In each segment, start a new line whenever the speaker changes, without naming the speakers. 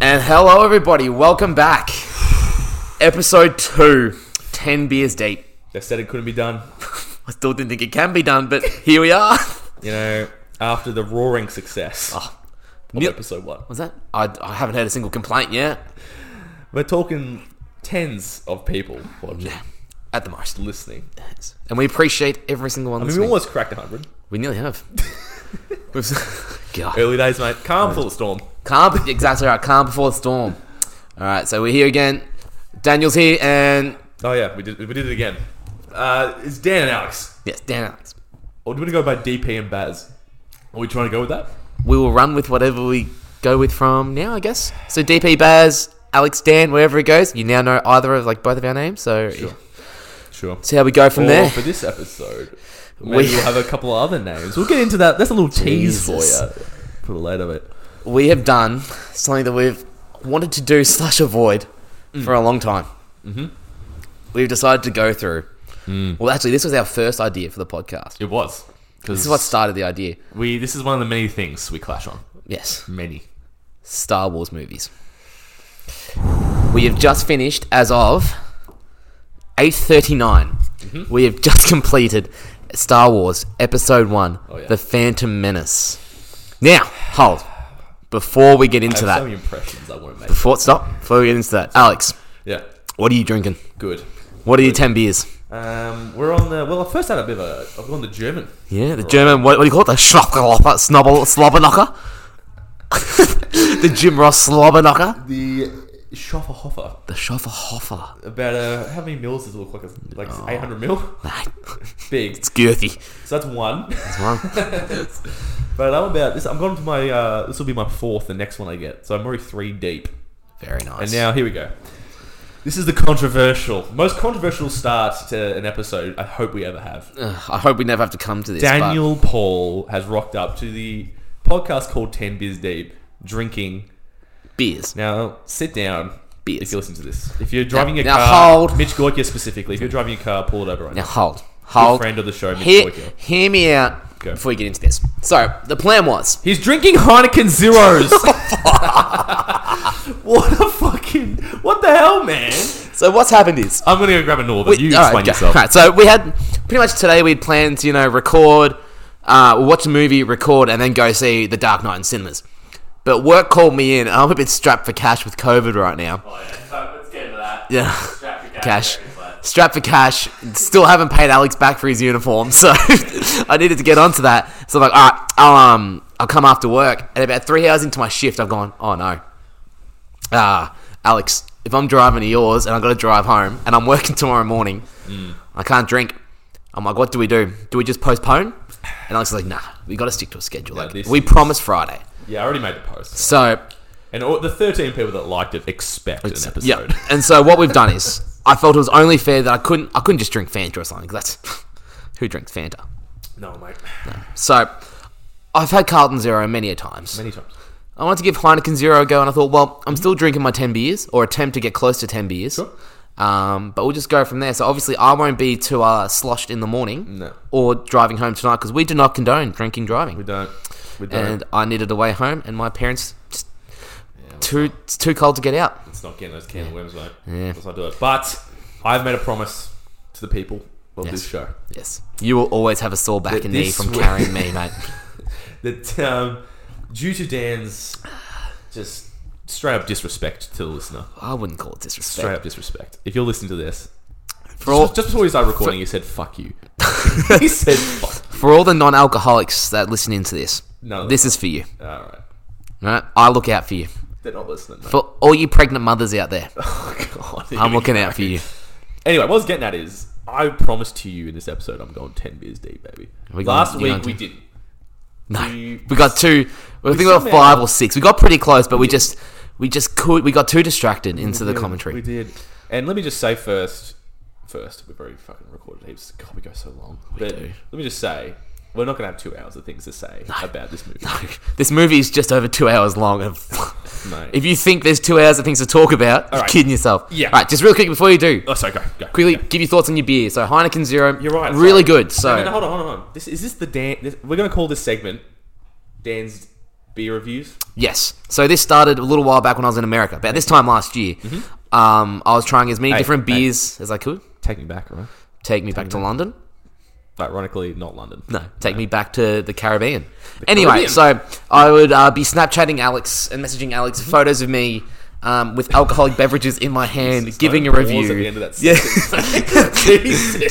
And hello, everybody. Welcome back. Episode 2 10 beers deep.
They said it couldn't be done.
I still didn't think it can be done, but here we are.
You know, after the roaring success of
Neil-
Oh, episode one,
Was that? I, I haven't heard a single complaint yet.
we're talking tens of people watching,
At the most.
listening.
And we appreciate every single one
I mean, we
listening.
almost cracked hundred.
We nearly have. We've- God.
Early days, mate. Calm for the storm.
Calm, exactly right. Calm before the storm. All right, so we're here again. Daniel's here, and
Oh yeah, we did. We did it again. Uh, it's Dan and Alex.
yes, Dan Alex.
Or do we want to go by DP and Baz? Are we trying to go with that?
We will run with whatever we go with from now, I guess. So DP Baz, Alex, Dan, wherever it goes, you now know either of like both of our names. So
Sure. Sure.
see how we go from
or
there.
for this episode,
We-
maybe we... will have a couple of other names. We'll get into that. That's a little tease for
Jesus.
you. For the later bit.
We have done something that we've wanted to do slash avoid for a long time. Mm-hmm. Mm. We've decided to go through. Well, actually, this was our first idea for the podcast.
It was. Because
This is what started the idea.
we. This is one of the many things we clash on.
Yes.
Many.
Star Wars movies. We have just finished as of 8:39.
Mm-hmm.
We have just completed Star Wars Episode 1,
Oh, yeah.
The Phantom Menace. Now, hold. Before we get
I
into
have
that.
so many impressions I won't make.
Before stop. Before we get into that. Alex,
Yeah.
what are you drinking?
Good.
What are your 10 beers?
Um, we're on the. Well, I first had a bit of a. I've gone the German.
Yeah, the German, what, what do you call it? The Schnapperlopper, Snobble, Slobberknocker? the Jim Ross Slobberknocker?
The Schofferhofer.
The Schofferhofer.
About uh, how many mils does it look like? It's Like 800 mil.
Nah,
Big.
it's girthy.
So that's one.
That's one.
But I'm about this. I'm going to my. Uh, this will be my fourth. The next one I get. So I'm already three deep.
Very nice.
And now here we go. This is the controversial, most controversial start to an episode I hope we ever have.
Ugh, I hope we never have to come to this. but-
Daniel Paul has rocked up to the podcast called Ten Biz Deep, drinking.
beers.
Now sit down.
Beers.
If you listen to this, if you're driving your
now
car,
hold.
Mitch Gorkia specifically, if you're driving your car, pull it over right
Now
now.
hold, hold.
friend of the show, Mitch
hear,
Boyko.
hear me out
Go.
before we get into this. So the plan was
He's drinking Heineken zeros. what a fucking what the hell, man!
so what's happened is
I'm gonna go grab a Northern. you
all
explain
right, go-
yourself.
all right, so we had pretty much today we had planned to, you know, record, uh, watch a movie, record, and then go see The Dark Knight in cinemas. But work called me in. and I'm a bit strapped for cash with COVID right now.
Oh, yeah. So let's get into that.
Yeah.
Strapped for
Cash.
there, but-
Strapped for cash. Still haven't paid Alex back for his uniform, so I needed to get onto that. So I'm like, all right, I'll um, I'll come after work. And about three hours into my shift, I've gone, oh no, ah, Alex, if I'm driving to yours and I've got to drive home and I'm working tomorrow morning, I can't drink. I'm like, what do we do? Do we just postpone? And Alex is like, nah, we got to stick to a schedule.
No,
Like,
this
we
is-
promised Friday,
Yeah, I already made the post,
so
and all, the 13 people that liked it expect an episode.
Yeah, and so what we've done is, I felt it was only fair that I couldn't, I couldn't just drink Fanta or something. 'cause That's who drinks Fanta.
No, mate.
So I've had Carlton Zero many a times.
Many times.
I wanted to give Heineken Zero a go, and I thought, well, I'm still drinking my ten beers or attempt to get close to ten beers.
Sure.
Um, but we'll just go from there. So obviously, I won't be too uh, sloshed in the morning
No.
or driving home tonight because we do not condone drinking driving.
We don't. We don't.
and I needed a way home, and my parents just too it's too cold to get out.
It's not getting those can of worms, mate.
Yeah.
Let's not do it. But I've made a promise to the people of this show
Yes, you will always have a sore back
Th-
and knee
this
from
will-
carrying me, mate.
that um, due to Dan's just straight up disrespect to the listener,
I wouldn't call it
straight
disrespect.
up disrespect. If you're listening to this,
For all,
just before we started recording, he said "fuck you." he said "fuck."
for all the non-alcoholics that listen into this,
No,
this is for you.
all right.
Right? I look out for you.
They're not listening. Mate.
For all you pregnant mothers out there,
Oh god,
I'm looking out for you.
Anyway, what I was getting at is, I promised to you in this episode, I'm going ten beers deep, baby.
we going-
Last
you going
week
to-
we didn't.
No,
You-
we got two. I think we got
somehow-
five or six. We got pretty close, but we just we just could we got too distracted into the
Yeah,
commentary.
We did. And let me just say first, first we've already fucking recorded heaps. God, we go so long. but
do.
let me just say, we're not going to have two hours of things to say about this movie.
this movie is just over two hours long. And
Mate.
if you think there's two hours of things to talk about, you're
right.
kidding yourself.
Yeah.
All right, just real quick before you do,
Oh, sorry, go, go.
quickly
go.
give your thoughts on your beer. So Heineken Zero,
You're right.
really
sorry.
good.
No, no, no,
So
hold on, hold on. This is this the Dan? This, we're going to call this segment Dan's beer reviews.
Yes. So this started a little while back when I was in America, about this time last year. Um, I was trying as many
Mm-hmm. Hey,
different
hey.
beers as I could.
Take me back, right?
Take me back to London.
Ironically, not London.
No, take me back to the Caribbean. anyway,
Caribbean.
so I would uh, be Snapchatting Alex and messaging Alex
Mm-hmm.
photos of me um, with alcoholic beverages in my hand,
Jesus,
giving a
no pause
review.
at the end of that
yeah.
Jesus.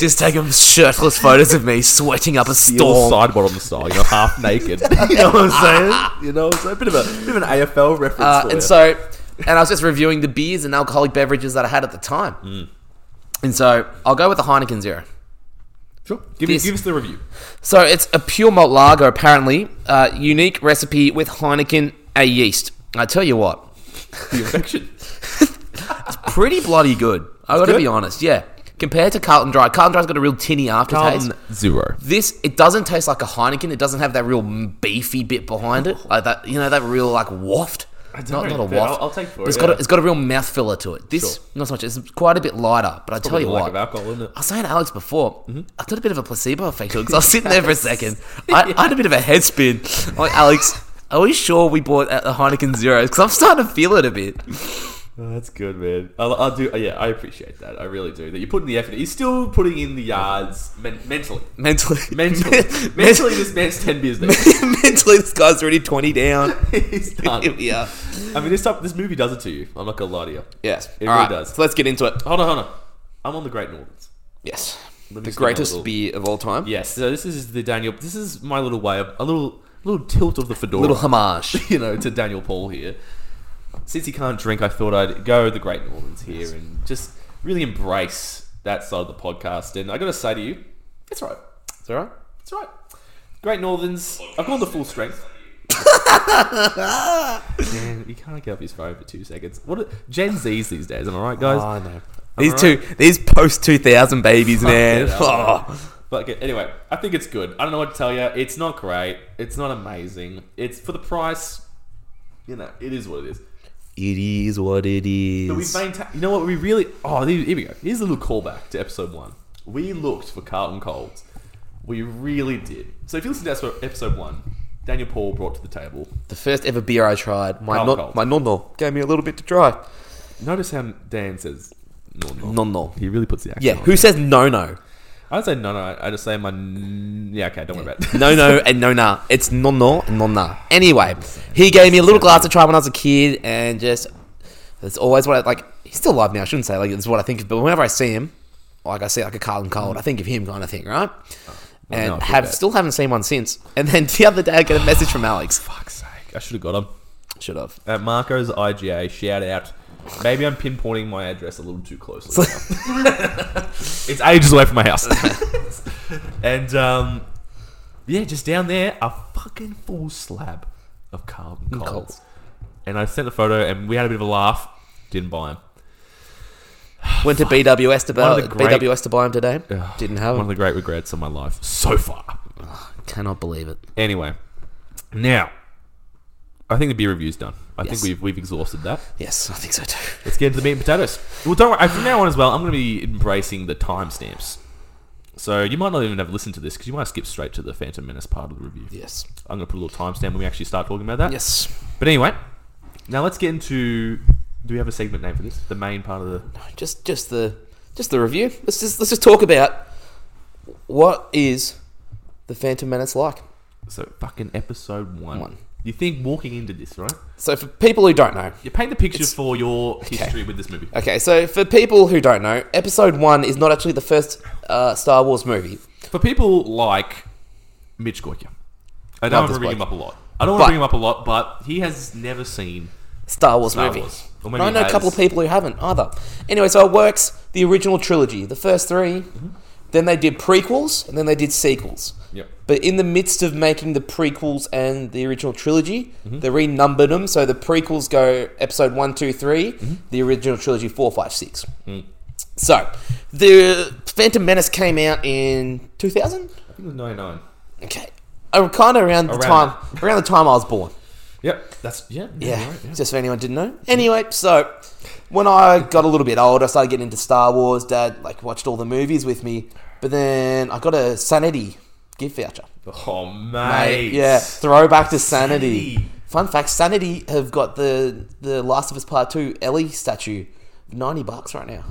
Just taking shirtless photos of me sweating up a
Still
storm.
sidebottom style, you know, half naked. you know what I'm saying? You know, it's a bit of a bit of an AFL reference.
Uh,
for you.
and so, and I was just reviewing the beers and alcoholic beverages that I had at the time. And so, I'll go with the Heineken Zero.
sure, give, me,
this-
give us the review.
So it's a pure malt lager, apparently. Uh, unique recipe with Heineken a yeast. I tell you what,
The infection.
pretty bloody good. I got to
good?
be honest. Yeah, compared to Carlton Dry, Carlton Dry's got a real tinny aftertaste.
zero.
This it doesn't taste like a Heineken. It doesn't have that real beefy bit behind it, like that. You know that real like waft. Not,
know,
not a
but I'll-
waft.
I'll take for
But It's
it,
got a,
yeah.
it's got a real mouth filler to it. This
Sure.
not so much. It's quite a bit lighter. But I tell you
the
what,
lack of alcohol, isn't it?
I was saying to Alex before,
Mm-hmm.
I did a bit of a placebo effect because I was sitting there for a second. I, I had a bit of a head spin. I'm like, Alex, are we sure we bought a a Heineken Zero? Because I'm starting to feel it a bit.
Oh, that's good, man. I, I do. oh, Yeah, I appreciate that. I really do. That you're putting the effort. He's still putting in the yards men- mentally.
Mentally.
Mentally, mentally, this man's ten beers deep.
Mentally, this guy's already 20 down.
He's done.
yeah.
I mean, this type, this movie does it to you. I'm not gonna lie to you.
Yes.
It
All
really
right,
does.
So let's get into it.
Hold on, hold on. I'm on the Great Northerns.
Yes.
Let me
The
just get my
greatest
little-
beer of all time.
Yes. So this is the Daniel. This is my little way of a little little tilt of the fedora.
Little homage.
you know, to Daniel Paul here. Since he can't drink, I thought I'd go the Great Normans here and just really embrace that side of the podcast. And I got to say to you, it's right.
It's all right.
It's right. Great Northerns, I've gone the full strength. Man, you can't get off his phone for two seconds. What are, Gen Zs these days? Am I right, guys?
know. These
all
two, these post 2000 babies, man.
Yeah,
Oh.
no. But okay, anyway, I think it's good. I don't know what to tell you. It's not great. It's not amazing. It's for the price. You know, it is what it is.
It is what it
But we
is.
maintain. You know what? We really. Oh, here here we go. Here's a little callback to episode one. We looked for Carlton Colds. We really did. So if you listen to episode- episode one, Daniel Paul brought to the table.
The first ever beer I tried, my
Carl
non-
Colt.
my nonno gave me a little bit to try.
Notice how Dan says no, no.
Nonno.
He really puts the accent.
Yeah,
on.
who says no no?
I don't say no, no. I I just say my. n- Yeah, okay. Don't worry about it.
No no and no nah. It's nonno and nonna. Anyway, he gave me a little glass to try when I was a kid and just that's always what I like he's still alive now, I shouldn't say like it's what I think of, but whenever I see him, like I see like a Carlton Cold, I think of him kind of thing, right?
well,
and
now Oh, I feel
have
bad.
still haven't seen one since. And then the other day I get a message from Alex.
Fuck's sake! I should have got him.
Should have.
At Marco's IGA, shout out. Maybe I'm pinpointing my address a little too closely. now. it's ages away from my house. and um, yeah, just down there, a fucking full slab of Carlton Coles.
Coles.
And I sent the photo, and we had a bit of a laugh. Didn't buy him.
Went to BWS to buy
One of the great-
BWS to buy him today. Didn't have
One
him.
of the great regrets of my life so far.
Cannot believe it.
Anyway, now I think the beer review's done. I
Yes.
think we've we've exhausted that.
Yes, I think so too.
Let's get into the meat and potatoes. Well, don't worry. From now on as well, I'm going to be embracing the timestamps. So you might not even have listened to this because you might skip straight to the Phantom Menace part of the review.
Yes.
I'm going to put a little timestamp when we actually start talking about that.
Yes.
But anyway, now let's get into. Do we have a segment name for this? The main part of the.
Just just the just the review. Let's just let's just talk about what is the Phantom Menace like.
So fucking episode one.
One.
You think walking into this, right?
So for people who don't know,
You paint the picture
It's-
for your history with this movie.
okay. So for people who don't know, Episode One is not actually the first uh, Star Wars movie.
For people like Mitch Goyker, I
Love
don't want
this
to bring him
bloke.
up a lot. I don't want
But-
to bring him up a lot, but he has never seen
Star Wars
Star
movie.
Wars. Or
And
maybe
I know a
has.
couple of people who haven't either. Anyway, so it works. The original trilogy, the first 3
Mm-hmm.
then they did prequels, and then they did sequels.
Yep.
But in the midst of making the prequels and the original trilogy,
Mm-hmm.
they renumbered them. So the prequels go episode one, two, three.
Mm-hmm.
the original trilogy four, five, six.
Mm.
So the Phantom Menace came out in 2000?
I think it was 99.
Okay. Kind of around the
Around.
time around the time I was born.
Yep. That's, yeah.
Yeah,
right,
just if anyone didn't know. Anyway, so when I got a little bit older, I started getting into Star Wars. Dad like watched all the movies with me, but then I got a Sanity gift voucher.
Oh, mate.
Yeah, throwback to Sanity.
Sanity.
Fun fact: Sanity have got the the Last of Us Part Two Ellie statue, ninety bucks right now.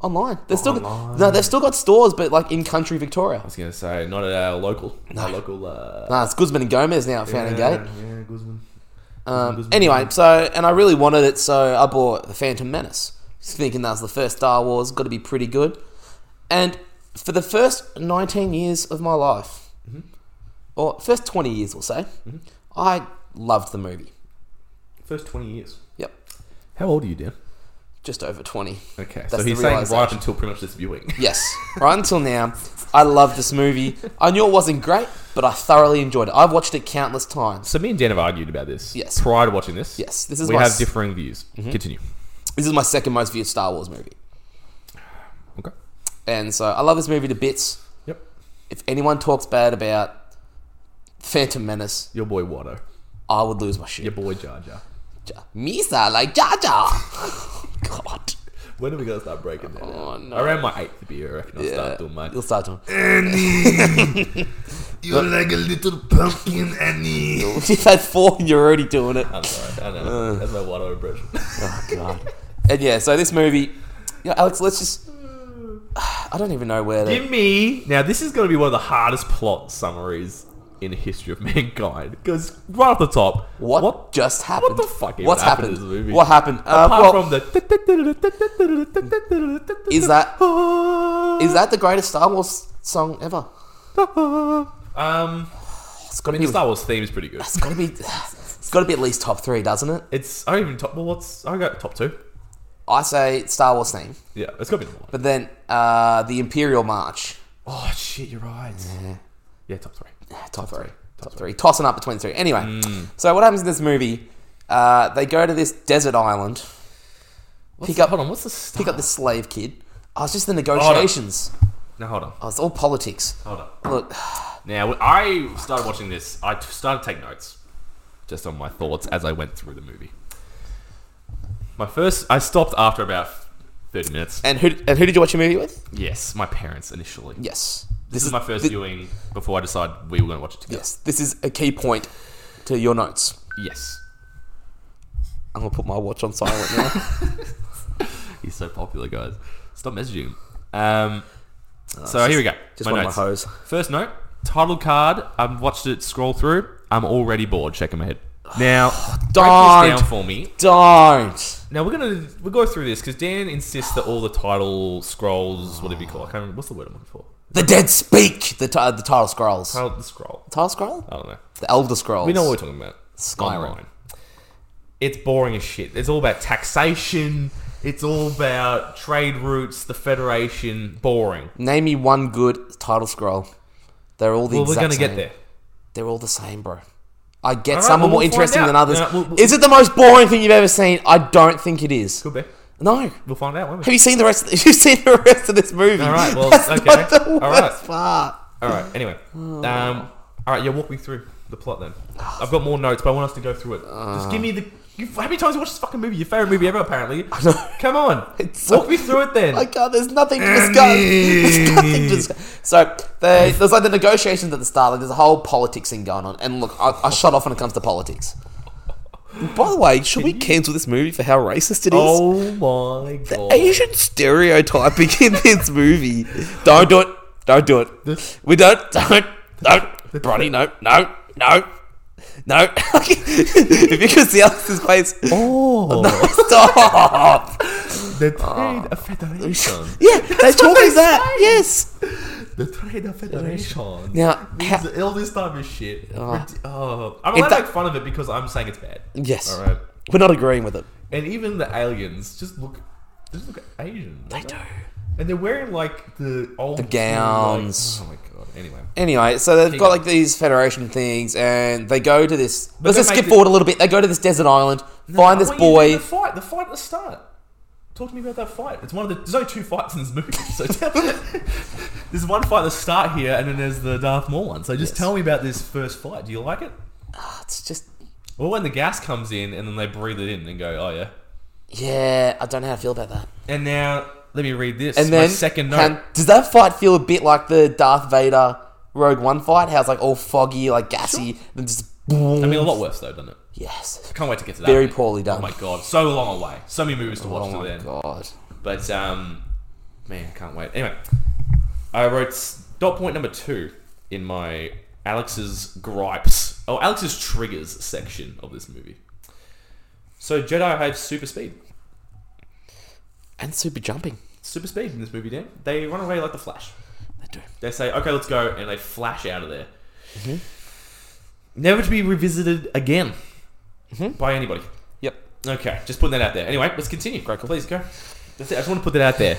Online, they're still
Oh, Online.
no, they've still got stores, but like in country Victoria.
I was gonna say not at our local, our local. Uh,
Nah, it's Guzman and Gomez now at Fountain
yeah,
Gate.
Yeah, Guzman.
Um,
Guzman.
anyway, so and I really wanted it, so I bought the Phantom Menace, thinking that was the first Star Wars, got to be pretty good. And for the first 19 years of my life,
Mm-hmm.
or first 20 years, we'll say, I loved the movie.
First twenty years.
Yep,
How old are you, Dan?
just over 20.
Okay,
That's
so
the
he's saying right up
realisation.
until pretty much this viewing.
Yes, right until now, I loved this movie. I knew it wasn't great, but I thoroughly enjoyed it. I've watched it countless times.
So me and Dan have argued about this.
Yes.
Prior to watching this.
Yes, this is
we
my
have
s- Mm-hmm.
differing views. Continue.
This is my second most viewed Star Wars movie.
Okay.
And so I love this movie to bits.
Yep.
If anyone talks bad about Phantom Menace,
Your boy Watto.
I would lose my shit.
Your boy Jar Jar.
Ja- Misa like Jar Jar. God.
When are we gonna start breaking that?
Oh,
down?
no.
Around my eighth beer, I reckon I'll start doing my.
You'll start doing.
You're like a little pumpkin, Annie.
You've had four and you're already doing it.
I'm sorry. I know. That's my Watto impression.
Oh God. and yeah, so this movie, yeah, Alex, let's just. I don't even know where. To,
Give me now. This is going to be one of the hardest plot summaries in the history of mankind because right off the top,
what, just happened?
the fuck even
What's
happened
happened?
in this movie?
What happened? Uh,
apart
well,
from the
Is that- is
is
that the greatest Star Wars song ever?
um
It's got to
I mean
be.
the Star Wars theme is pretty good.
It's got to be. It's got to be at least top three, doesn't it?
It's I don't even top. Well, what's I got top two.
I say Star Wars theme,
Yeah, it's got to be number one.
but then uh, the Imperial March.
Oh shit, you're right. Yeah, top three.
top three. Top three. Tossing up between three. Anyway, so what happens in this movie? Uh, they go to this desert island,
What's-
pick up,
Hold on, what's the star?
pick up this slave kid. Oh, it's just the negotiations.
No, hold on,
Oh, it's all politics.
hold on.
Look,
Now, I started watching this. I t- started to take notes just on my thoughts as I went through the movie. My first, I stopped after about 30 minutes.
and who and who did you watch your movie with?
Yes, my parents initially.
Yes,
This, is, my first
thi-
viewing before I decided we were going to watch it together.
Yes, this is a key point to your notes.
Yes.
I'm gonna put my watch on silent now.
He's so popular, guys. Stop messaging him. Um, so here we go.
Just one
notes.
of my hoes.
First note, title card. I've watched it scroll through. I'm already bored. Check my head. Now, break
Don't.
this down for me.
Don't.
Now we're gonna we'll go through this because Dan insists that all the title scrolls, whatever you call, it, I can't remember what's the word I'm looking for.
The dead speak. The ti- the title scrolls.
Title the scroll.
Title scroll.
I don't know.
The elder scrolls.
We know what we're talking about.
Skyrim.
Online. It's boring as shit. It's all about taxation. It's all about trade routes, the Federation. Boring.
Name me one good title scroll. They're all the
Well, we're
exact
gonna
same.
get there.
They're all the same, bro. I get
Alright,
some
well,
are more
we'll find
interesting
out.
than others.
No, we'll- we'll-
is it the most boring thing you've ever seen? I don't think it is.
Could be.
No. Have
We'll find out. Won't we?
you seen the rest? Of, have you seen the rest of this movie?
Alright, well,
That's
okay.
Not the worst
Alright.
part.
All right. Anyway, um, all right. Yeah, walk me through the plot then. I've got more notes, but I want us to go through it. Just give me the. You, how many times you watched this fucking movie? Your favorite movie ever, apparently. Come on,
It's so-
walk me through it then.
My God, there's nothing to discuss. There's nothing to discuss. So they, there's like the negotiations at the start. Like there's a whole politics thing going on. And look, I, I shut off when it comes to politics. By the way, should we cancel this movie for how racist it is?
oh my god!
Asian stereotyping in this movie. Don't do it. Don't do it. We don't. Don't. Don't. Bronny, no. No. No. No. if you could see Alex's face.
Oh,
Stop.
the trade
Ah.
of federation.
Yeah, they talk like that. Yes.
the trade of federation.
Now, ha-
Means all this time is shit. Rid- oh.
Ah. If
I'm allowed to
that-
make fun of it because I'm saying it's bad.
yes.
All right.
We're not agreeing with it.
And even the aliens just look, just look Asian.
They
don't
do.
And they're wearing like the old
The gowns.
like- oh my god. Anyway,
Anyway, so they've
Keep
got
going.
like these federation things, and they go to this. let's
they
just
make
skip
the-
forward a little bit. They go to this desert island,
I
find this
want you to do
boy.
The fight. The fight at the start. Talk to me about that fight. It's one of the. There's only two fights in this movie. So tell me. there's one fight at the start here, and then there's the Darth Maul one. So just
Yes.
tell me about this first fight. Do you like it?
It's just,
Well, when the gas comes in, and then they breathe it in and go, oh yeah.
yeah, I don't know how I feel about that.
And now let me read this.
And
My
then
second note.
can- does that fight feel a bit like the Darth Vader Rogue One fight? How it's like all foggy, like gassy, and just.
I mean, a lot worse though, doesn't it?
Yes.
Can't wait to get to that.
Very
mate.
poorly done.
Oh my god, so long away. So many movies to watch
Oh
till
my
then.
god.
But um, man, I can't wait. Anyway, I wrote dot point number two in my Alex's gripes. Oh, Alex's triggers section of this movie. So Jedi have super speed.
And super jumping.
Super speed in this movie, Dan. They run away like the Flash.
They do.
They say, "Okay, let's go," and they flash out of there,
Mm-hmm.
never to be revisited again by anybody.
Yep.
Okay, just putting that out there. Anyway, let's continue. Please go. That's it. I just want to put that out there.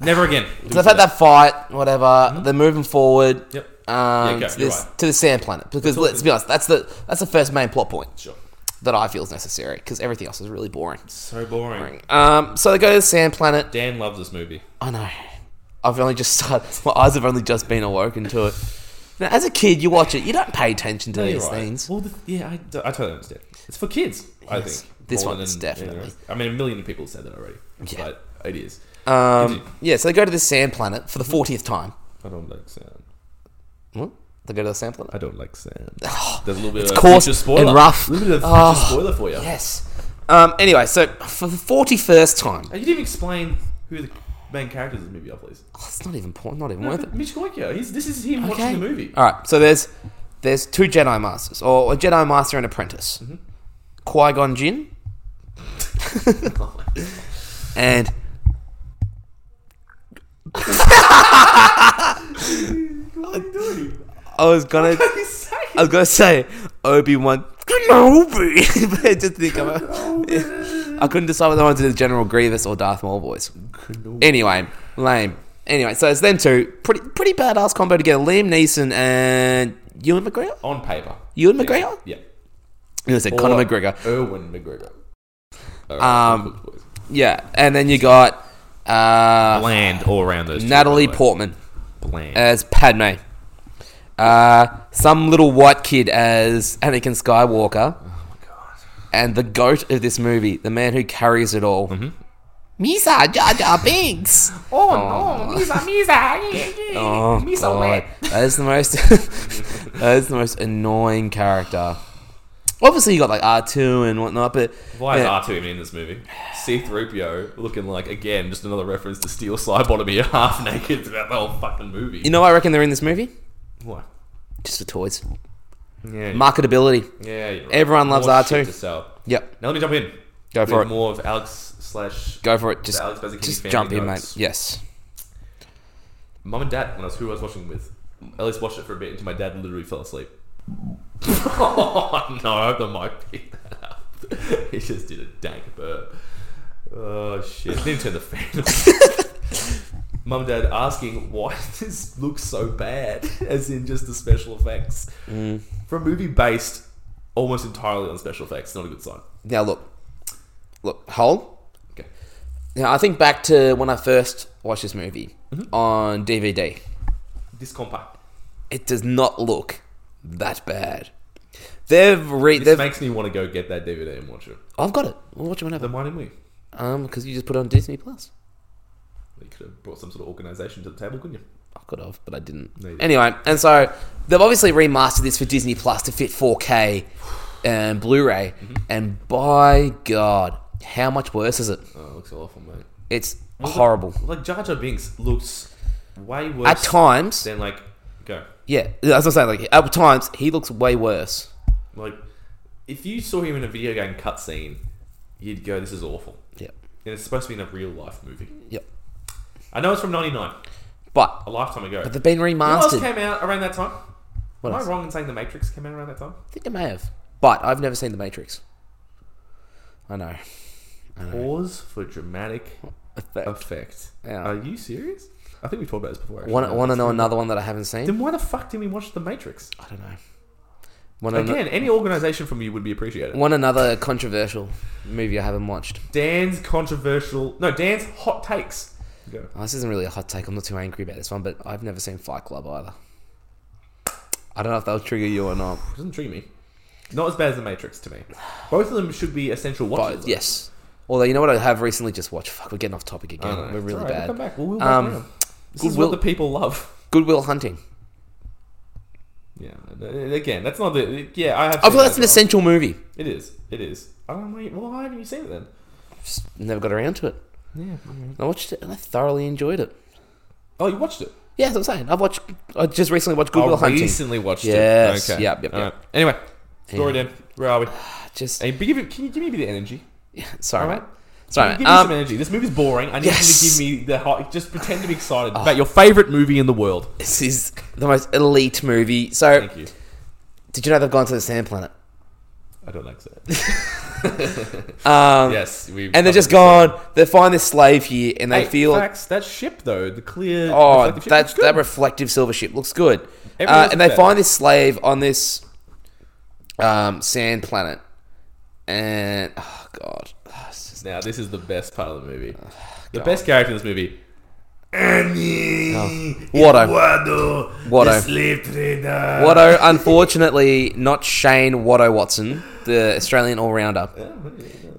Never again.
So they've had that fight, whatever. They're moving forward.
Mm-hmm. Yep.
Um,
Yeah, go,
to,
you're
this,
right.
to the sand planet because let's be honest, that's the that's the first main plot point
Sure.
that I feel is necessary because everything else is really boring.
So boring.
Um, so they go to the sand planet.
Dan loves this movie.
I know. I've only just started. My eyes have only just been awoken to it. Now, as a kid, you watch it. You don't pay attention to
You're
these
right.
things.
Well, the, yeah, I, I totally understand. It's for kids, I
Yes.
think.
This
more
one is
than anything
definitely.
else. I mean, a million people have said that already.
Yeah.
But it is.
Um, yeah, so they go to the sand planet for the fortieth time.
I don't like sand.
What? They go to the sand planet.
I don't like sand. There's a little bit
It's
of
coarse
future spoiler.
and rough.
A little bit of future
Oh,
spoiler for you.
Yes. Um, anyway, so for the forty-first time,
And you didn't even explain who the main characters of the movie are, please.
oh, it's not even porn. Not even
No,
worth it.
but Mitch Goiker. He's, this is
Okay.
him
Uh,
watching the movie.
All right. So there's there's two Jedi masters, or a Jedi master and apprentice,
Mm-hmm.
Qui Gon Jinn, and I was gonna I was gonna say Obi Wan Kenobi, but I just think about I couldn't decide whether I wanted to do the General Grievous or Darth Maul voice. Anyway, lame. Anyway, so it's them two. Pretty pretty badass combo together. Liam Neeson and Ewan McGregor.
On paper.
Ewan McGregor.
Yeah.
You said Conor McGregor.
Erwin McGregor.
Um, Yeah, and then you got uh,
Bland all around those. two,
Natalie
by the way.
Portman
Bland.
as Padme. Uh, some little white kid as Anakin Skywalker. And the goat of this movie, the man who carries it all,
Mm-hmm.
Misa Jar Jar Binks.
Oh, no, Misa, Misa.
Oh,
Misa
God.
wet.
That is the most. that is the most annoying character. Obviously, you got like R two and whatnot, but
Why is
yeah,
R2 even in this movie? C3PO looking like, again, just another reference to Steel Cybotomy half naked throughout the whole fucking movie.
you know, I reckon they're in this movie
Why?
just for toys,
Yeah,
marketability.
yeah you're right.
everyone loves
More
R2.
shit to sell.
Yep,
Now let me jump in.
Go for
With
it.
More of Alex slash
go for it. Just,
Alex Bazzacchini
just
family
jump in,
notes.
mate. Yes.
mum and dad when I was who I was watching with. At least watched it for a bit until my dad literally fell asleep. oh no! I hope the mic picked that up. he just did a dank burp. Oh shit! Didn't turn the fan. on. Mum and dad asking why this looks so bad, as in just the special effects for a movie based almost entirely on special effects. Not a good sign.
Now look, look, hold.
Okay.
Now I think back to when I first watched this movie
Mm-hmm.
on DVD.
This compact.
It does not look that bad. They've re-
This
they've.
makes me want to go get that DVD and watch it.
I've got it. We'll watch it whenever.
The Mighty We.
Um, because you just put it on Disney Plus.
You could have brought some sort of organisation to the table, couldn't you?
I could have, but I didn't.
No, you didn't.
Anyway, and so they've obviously remastered this for Disney Plus to fit 4K and Blu-ray,
Mm-hmm.
and by God, how much worse is it?
Oh, it looks awful, mate.
It's horrible.
Like Jar Jar Binks looks way worse
At times,
than like go
yeah, that's what I'm saying. Like at times, he looks way worse.
like if you saw him in a video game cutscene, you'd go, "This is awful."
Yep,
And it's supposed to be in a real life movie.
yep.
I know it's from '99,
But,
a lifetime ago.
but they've been
what else
remastered.
came out around that time?
What
Am
else?
I wrong in saying The Matrix came out around that time?
I think they may have, but I've never seen The Matrix. I know.
Pause for dramatic effect.
Yeah.
Are you serious? I think we talked about this before. actually.
Want want to know another one that I haven't seen?
Then why the fuck did we watch The Matrix?
I don't know. Want to
Again, any organisation from you would be appreciated.
One another controversial movie I haven't watched.
Dan's controversial. No, Dan's hot takes. Go.
Oh, this isn't really a hot take. I'm not too angry about this one, but I've never seen Fight Club either. I don't know if that'll trigger you or not.
Doesn't intrigue me. Not as bad as The Matrix to me. Both of them should be essential watches.
But
though.
yes. Although you know what I have recently just watched. Fuck, we're getting off topic
I
again.
don't know.
We're
It's
really
alright, We'll come
bad.
back. We'll wheel back
Um,
now. This is
Goodwill-
what the people love.
Goodwill Hunting.
Yeah, I Uh, Again, that's not the. Yeah, I have.
I feel
seen
that's an
that as well.
essential movie.
It is. It is. I don't know. Well, why haven't you seen it then?
Just never got around to it.
Yeah.
I watched it and I thoroughly enjoyed it.
Oh, you watched it.
Yeah, that's what I'm saying. I've watched. I just recently watched Google
I
Hunting.
recently watched
Yes.
it. Okay.
Yep, yep,
All
yep.
right. Anyway, story
Yeah.
then. Where are we?
Just
Hey, but give it- can you give me a bit of energy?
sorry,
Alright.
mate. Sorry,
Give
mate.
me
Um,
some energy. This movie's boring. I need
yes. Oh.
you to give me the hot. Just pretend to be excited about your favorite movie in the world.
this is the most elite movie. So,
Thank you.
did you know they've gone to the sand planet?
I don't like that.
Um,
yes, we.
And they're just gone. They find this slave here, and they
Hey,
feel
facts, that ship though. The clear.
oh,
reflective ship
that
looks good.
that reflective silver ship looks good.
Everything
Uh,
looks
and they
better.
find this slave on this um, sand planet, and oh god, Oh, it's just-
Now this is the best part of the movie. The best character in this movie.
Oh. Watto,
Wado,
Watto.
slave trader.
Watto. Unfortunately, not Shane Watto Watson, the Australian all rounder.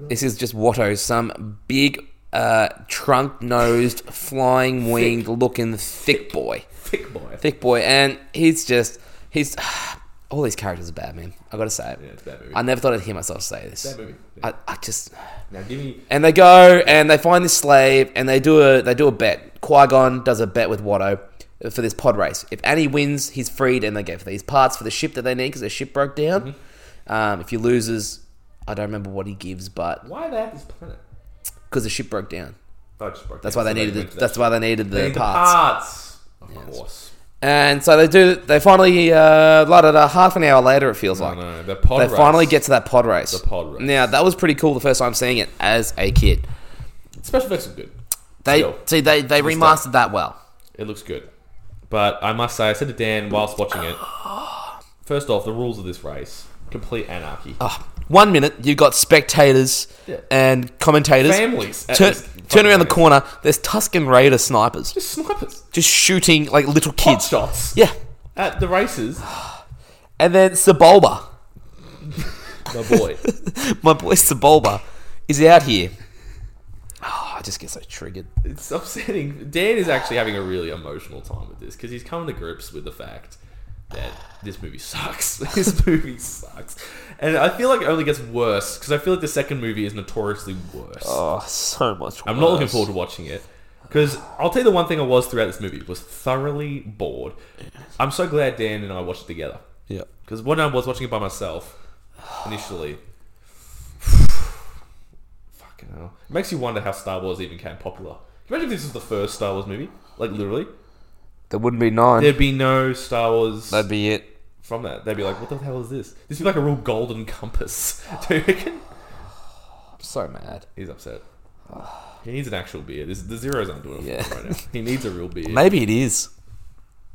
This is just Watto, some big, uh, trunk nosed, flying winged looking thick boy.
Thick boy.
thick boy, and he's just he's all these characters are bad, man. I gotta say it.
Yeah, it's a bad movie.
I never thought I'd hear myself say this.
Bad movie. Yeah.
I, I just
now give me.
and they go and they find this slave and they do a they do a bet. Qui Gon does a bet with Watto for this pod race. If Annie wins, he's freed and they get these parts for the ship that they need because their ship broke down.
Mm-hmm.
Um, if he loses, I don't remember what he gives, but
Why are they at this planet?
because the ship broke down,
Oh, it just broke
that's
down,
why they
so
needed
went
the,
to that
that's
ship.
why they needed the
They need the
parts.
parts. Of course.
And so they do. They finally, uh, la da da. Half an hour later, it feels
I
like
know. The pod
they
race.
finally get to that pod race.
The pod race.
Now that was pretty cool the first time seeing it as a kid.
Special effects are good.
They
Still.
see they they remastered that well.
It looks good. But I must say, I said to Dan whilst watching it first off, the rules of this race complete anarchy.
Oh, one minute you've got spectators
Yeah.
and commentators.
Families. at
Turn,
least.
turn around the
Fucking
corner. There's Tuscan Raider snipers
Just snipers.
just shooting like little
Pot
kids.
shots.
Yeah,
At the races.
and then Sebulba,
My boy.
my boy Sebulba, is out here. Oh, I just get so triggered.
it's upsetting. Dan is actually having a really emotional time with this because he's coming to grips with the fact that this movie sucks. this movie sucks. And I feel like it only gets worse because I feel like the second movie is notoriously worse.
Oh, so much.
I'm not looking
worse.
forward to watching it because I'll tell you the one thing I was throughout this movie was thoroughly bored. I'm so glad Dan and I watched it together
Yeah.
because when I was watching it by myself initially, fucking hell, it makes you wonder how Star Wars even came popular. Can you Imagine if this was the first Star Wars movie, like literally,
There wouldn't be nine.
there'd be no Star Wars
That'd be it.
from that. They'd be like, "What the hell is this?" This would be like a real golden compass. Do you reckon?
I'm so mad.
He's upset. He needs an actual beer. This, the zeros aren't doing it
Yeah.
for him right now. He needs a real beer.
Maybe it is.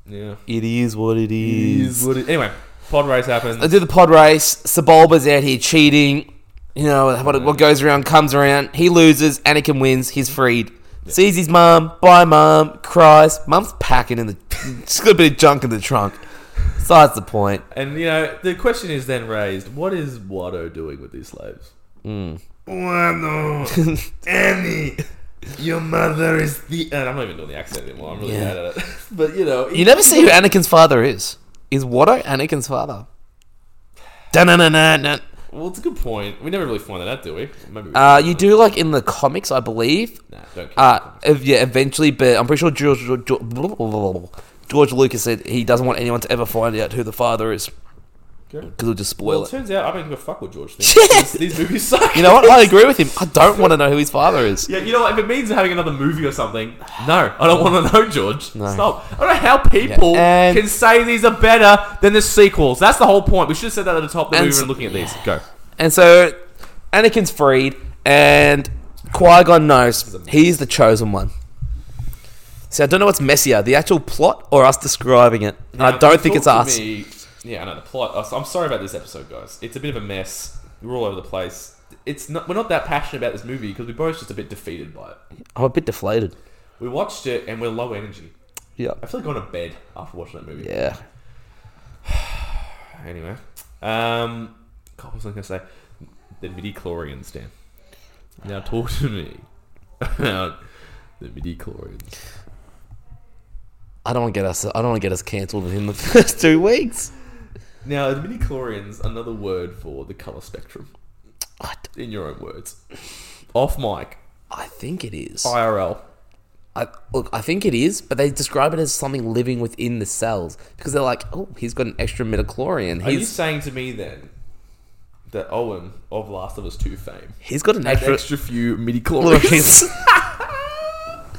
Yeah.
It is what it
Is what it- anyway, pod race happens.
I do the pod race. Sebulba's out here cheating. You know what, what goes around comes around. He loses. Anakin wins. He's freed. Sees his mum. Bye, mum. Cries. Mum's packing in the. She's got a bit of junk in the trunk. So that's the point.
And you know, the question is then raised: What is Watto doing with these slaves?
Hmm.
Watto, Annie, your mother is the. And I'm not even doing the accent anymore. I'm really
Yeah.
bad at it. But you know,
You never see who Anakin's father is. Is Watto Anakin's father? Dun-dun-dun-dun-dun.
well, it's a good point. We never really find that out, do we? Maybe we
Uh, you do like in the comics, I believe.
Nah, don't care.
Uh, ev- yeah, eventually, but I'm pretty sure George, George, George Lucas said he doesn't want anyone to ever find out who the father is
Okay.
because it'll just spoil
Well, it
it.
turns out I don't give a fuck what George thinks. these, these movies suck.
You know what? I agree with him. I don't want to know who his father is.
Yeah, you know, what? if it means having another movie or something, no, I don't want to know, George. Stop. I don't know how people
Yeah, and-
can say these are better than the sequels. That's the whole point. We should have said that at the top that
And
we
s-
were looking at these. Go.
And so, Anakin's freed, and Qui Gon knows he's the chosen one. See, I don't know what's messier, the actual plot or us describing it. And I
Now,
don't
if
think
you
it's
talk
us.
to me- yeah, I know the plot. I'm s- I'm sorry about this episode, guys. It's a bit of a mess. We're all over the place. It's not. We're not that passionate about this movie because we're both just a bit defeated by it.
I'm a bit deflated.
We watched it and we're low energy.
Yeah.
I feel like going to bed after watching that movie.
Yeah.
Anyway, um, God, what was I going to say? The midi chlorians, Dan. Now talk to me about the midi chlorians.
I don't want to get us. I don't want to get us cancelled within the first two weeks.
Now, the mini chlorians another word for the color spectrum?
I,
In your own words, off mic,
I think it is.
IRL.
I, look, I think it is, but they describe it as something living within the cells because they're like, oh, he's got an extra midichlorian.
Are you
He's
saying to me then that Owen of Last of Us Two fame
he's got an
had
extra.
extra few midi chlorians?
midichlorians.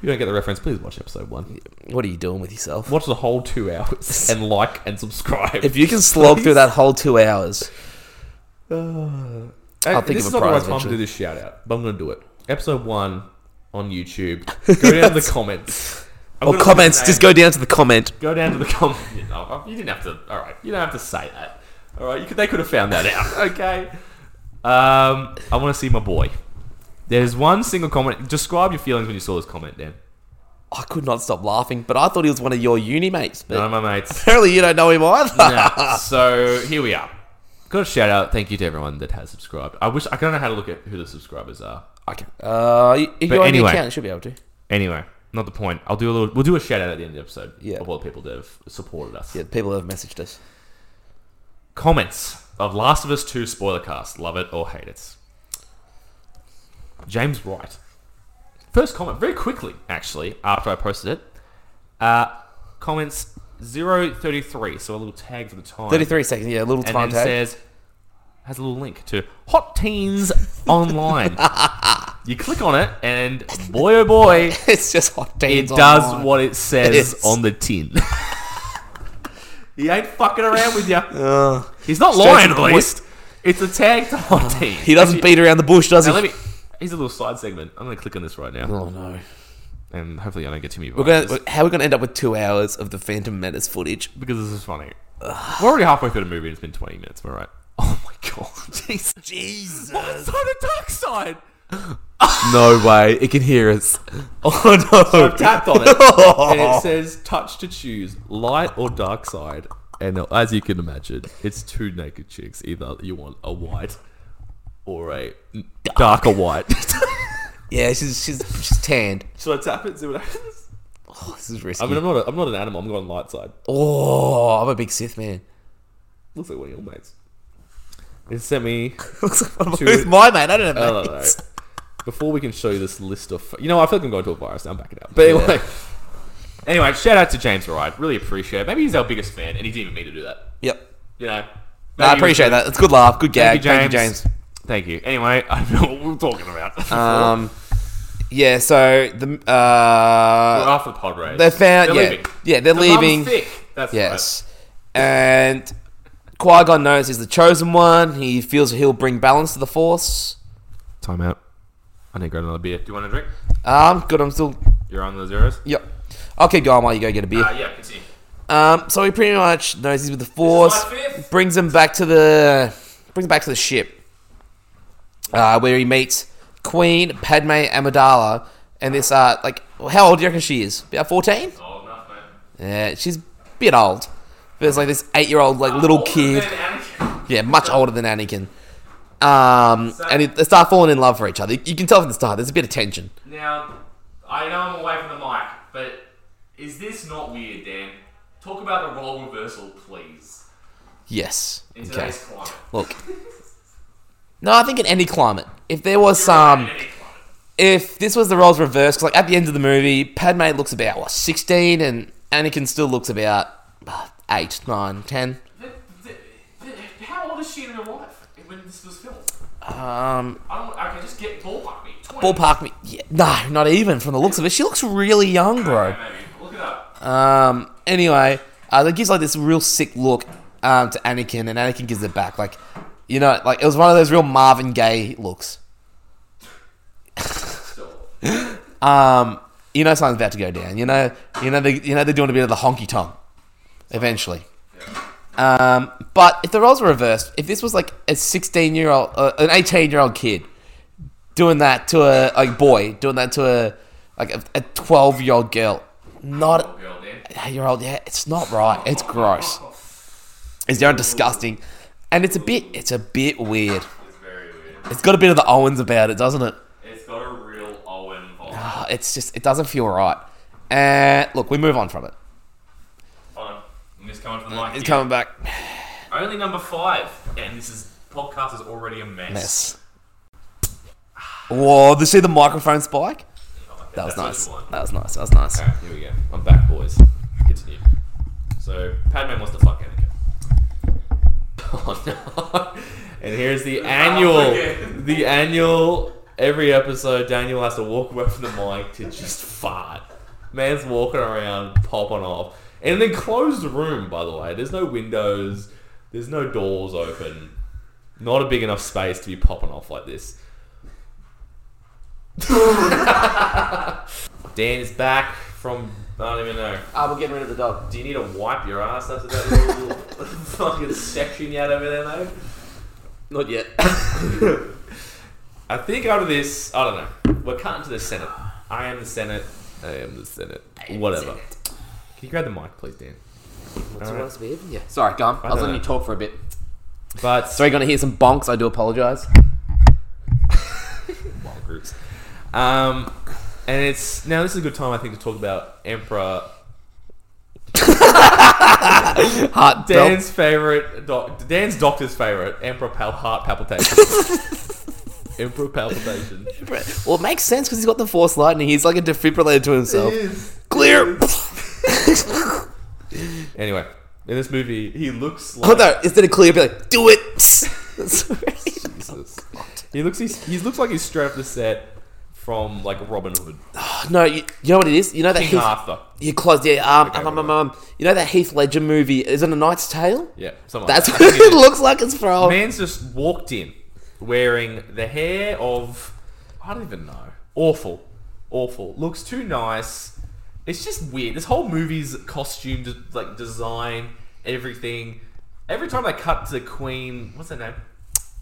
you don't get the reference. Please watch episode one.
what are you doing with yourself?
Watch the whole two hours and like and subscribe.
If you can slog through that whole two hours,
Uh,
I'll think
this
of
is
a
not the
prize
right time to do
eventually.
this shout out, but I'm going to do it. Episode one on YouTube. Go down to the comments. I'm
or
gonna look at
comments,
the
just
name.
go down to the comment.
Go down to the comments. you didn't have to. All right, you don't have to say that. All right, you could, they could have found that out. Okay. Um, I want to see my boy. There's one single comment. Describe your feelings when you saw this comment, Dan.
I could not stop laughing, but I thought he was one of your uni mates. But
None of my mates.
apparently, you don't know him either.
Nah, so here we are. Got a shout out. Thank you to everyone that has subscribed. I wish I don't know how to look at who the subscribers are.
Okay. Uh, you, you go
anyway.
on the account, you should be able to.
Anyway, not the point. I'll do a little. We'll do a shout out at the end of the episode
Yeah.
of all the people that have supported us.
Yeah, people have messaged us.
Comments of Last of Us Two spoiler cast. Love it or hate it. James Wright. First comment very quickly, actually, after I posted it. Uh, comments 033, so a little tag for the time.
33 seconds, yeah, a little
and
time
then
tag.
says has a little link to Hot Teens Online. you click on it, and boy oh boy,
it's just hot
it
teens
does
online.
what it says
It's-
on the tin. he ain't fucking around with you.
Uh,
He's not
Straight
lying,
to
at
the point.
least. It's a tag to Hot Teens.
he doesn't
Actually,
beat around the bush, does he?
now let me. Here's a little side segment. I'm going to click on this right now,
oh no.
and hopefully I don't get too many.
We're
viruses,
gonna, how are we going to end up with two hours of the Phantom Menace footage?
because this is funny. We're already halfway through the movie, and it's been 20 minutes. We're right. Oh my god, Jesus!
Jesus.
What was on the dark side?
No way. It can hear us. Oh no.
I've tapped on it, and it says touch to choose light or dark side. And as you can imagine, it's two naked chicks. Either you want a white or a darker white.
yeah, she's, she's, she's tanned.
Should I tap it? See what happens.
Oh, this is risky.
I mean, I'm not. A, I'm not an animal. I'm going light side.
oh, I'm a big Sith man.
Looks like one of your mates. It sent me.
Looks like one of
Two-
who's my mate? I don't
I
have
don't know.
mates.
Before we can show you this list of, you know, I feel like I'm going to a virus. Now I'm backing out. But anyway, anyway, shout out to James Wright. Really appreciate. it. Maybe he's our biggest fan, and he didn't even mean to do that.
Yep.
You know.
No, I appreciate that. It's a good laugh, good
Thank
gag.
you, James.
Thank you, James.
Thank you. Anyway, I don't know what we we're talking about.
Um, yeah. So the
we're
uh,
after the pod race.
they found
They're
yeah,
leaving.
yeah, they're
The mum's
leaving.
thick. That's
Yes, and Qui Gon knows he's the chosen one. He feels he'll bring balance to the Force.
right. Time out. I need to grab another beer. Do you want a drink?
Um, good. I'm still.
You're on the zeros.
Yep. I'll keep going while you go get a beer.
Uh, yeah, continue.
Um, so he pretty much knows he's with the Force.
my fifth.
Brings him back to the brings him back to the ship, uh, where he meets Queen Padme Amidala, and this uh, like how old do you reckon she is? About fourteen.
Oh, enough, man.
Yeah, she's a bit old, but it's like this eight-year-old like
Oh,
little kid. Yeah, much older than Anakin. Um, and it- they start falling in love for each other. You can tell from the start. There's a bit of tension.
Now, I know I'm away from the mic, but is this not weird, Dan? Talk about the role reversal, please.
Yes.
In
Okay.
today's climate.
Look. No, I think in any climate, if there was um, some.
In any climate.
if this was the roles reversed, 'cause, like at the end of the movie, Padme looks about what sixteen, and Anakin still looks about uh, eight, nine, ten.
Th- th- th- How old is she in real life when this was filmed?
Um,
I don't. Okay, just get ballpark me. 20.
ballpark me. Yeah, no, not even from the looks of it. She looks really young, bro.
Maybe. Look it up.
Um, anyway, uh, that gives like this real sick look um, to Anakin, and Anakin gives it back. Like, you know, like it was one of those real Marvin Gaye looks.
Still.
Um, you know, something's about to go down. You know, you know, they, you know, they're doing a bit of the honky tonk eventually. Um, but if the roles were reversed, if this was like a sixteen-year-old, uh, an eighteen-year-old kid doing that to a like boy, doing that to a like a- a twelve-year-old girl, not
Old girl, Dan.
Hey, you're old. Yeah, it's not right. It's gross. It's down disgusting, and it's a bit. It's a bit weird.
It's very weird.
It's got a bit of the Owens about it, doesn't it?
It's got a real Owen vibe.
Uh, It's just. It doesn't feel right. And look, we move on from it.
Hold on. I'm gonna
He's coming to the mic.
He's
here.
coming back.
Only number five, and this is podcast is already a mess.
Mess. Whoa! Did you see the microphone spike? That was
That's
nice.
what you want.
That was nice. That was nice.
Alright, here we go. I'm back, boys. Continue. So, Padme wants to fuck Anakin. Oh no. And here's the annual.
again.
The annual. Every episode, Daniel has to walk away from the mic to just fart. Man's walking around, popping off. In an enclosed room, by the way. There's no windows, there's no doors open. Not a big enough space to be popping off like this. Dan is back from. I don't even know.
Ah, we're getting rid of the dog.
Do you need to wipe your ass after that little, little fucking section you had over there, mate?
Not yet.
I think out of this, I don't know. We're cutting to the Senate. I am the Senate. I am the Senate. Whatever. Can you grab the mic, please, Dan?
What's
Alright.
wrong with it? Yeah. Sorry, Gum. I, was
don't
letting you
know.
talk for a bit.
But
Sorry, gonna hear some bonks. I do apologise.
wild groups. Um, and it's now this is a good time, I think, to talk about Emperor
Heart
Dan's favorite, doc, Dan's doctor's favorite, Emperor Pal- heart palpitation. Emperor palpitation.
Well, it makes sense because he's got the Force Lightning. He's like a defibrillator to himself.
is.
Clear.
Anyway, in this movie, he looks like.
Oh no! Instead of clear, be like, do it. That's Oh,
Jesus. He looks he's, he looks like he's straight off the set from like Robin Hood.
no, you, you know what it is. You know that
King
Heath,
Arthur.
you closed. Yeah, um,
Okay,
um, um,
whatever.
um, um, you know that Heath Ledger movie? Is it A Knight's Tale?
Yeah, something like
That's
that.
what it looks like. It's from.
Man's just walked in wearing the hair of I don't even know. Awful. Awful. Looks too nice. It's just weird. This whole movie's costume de- like design, everything. Every time they cut to Queen what's her name?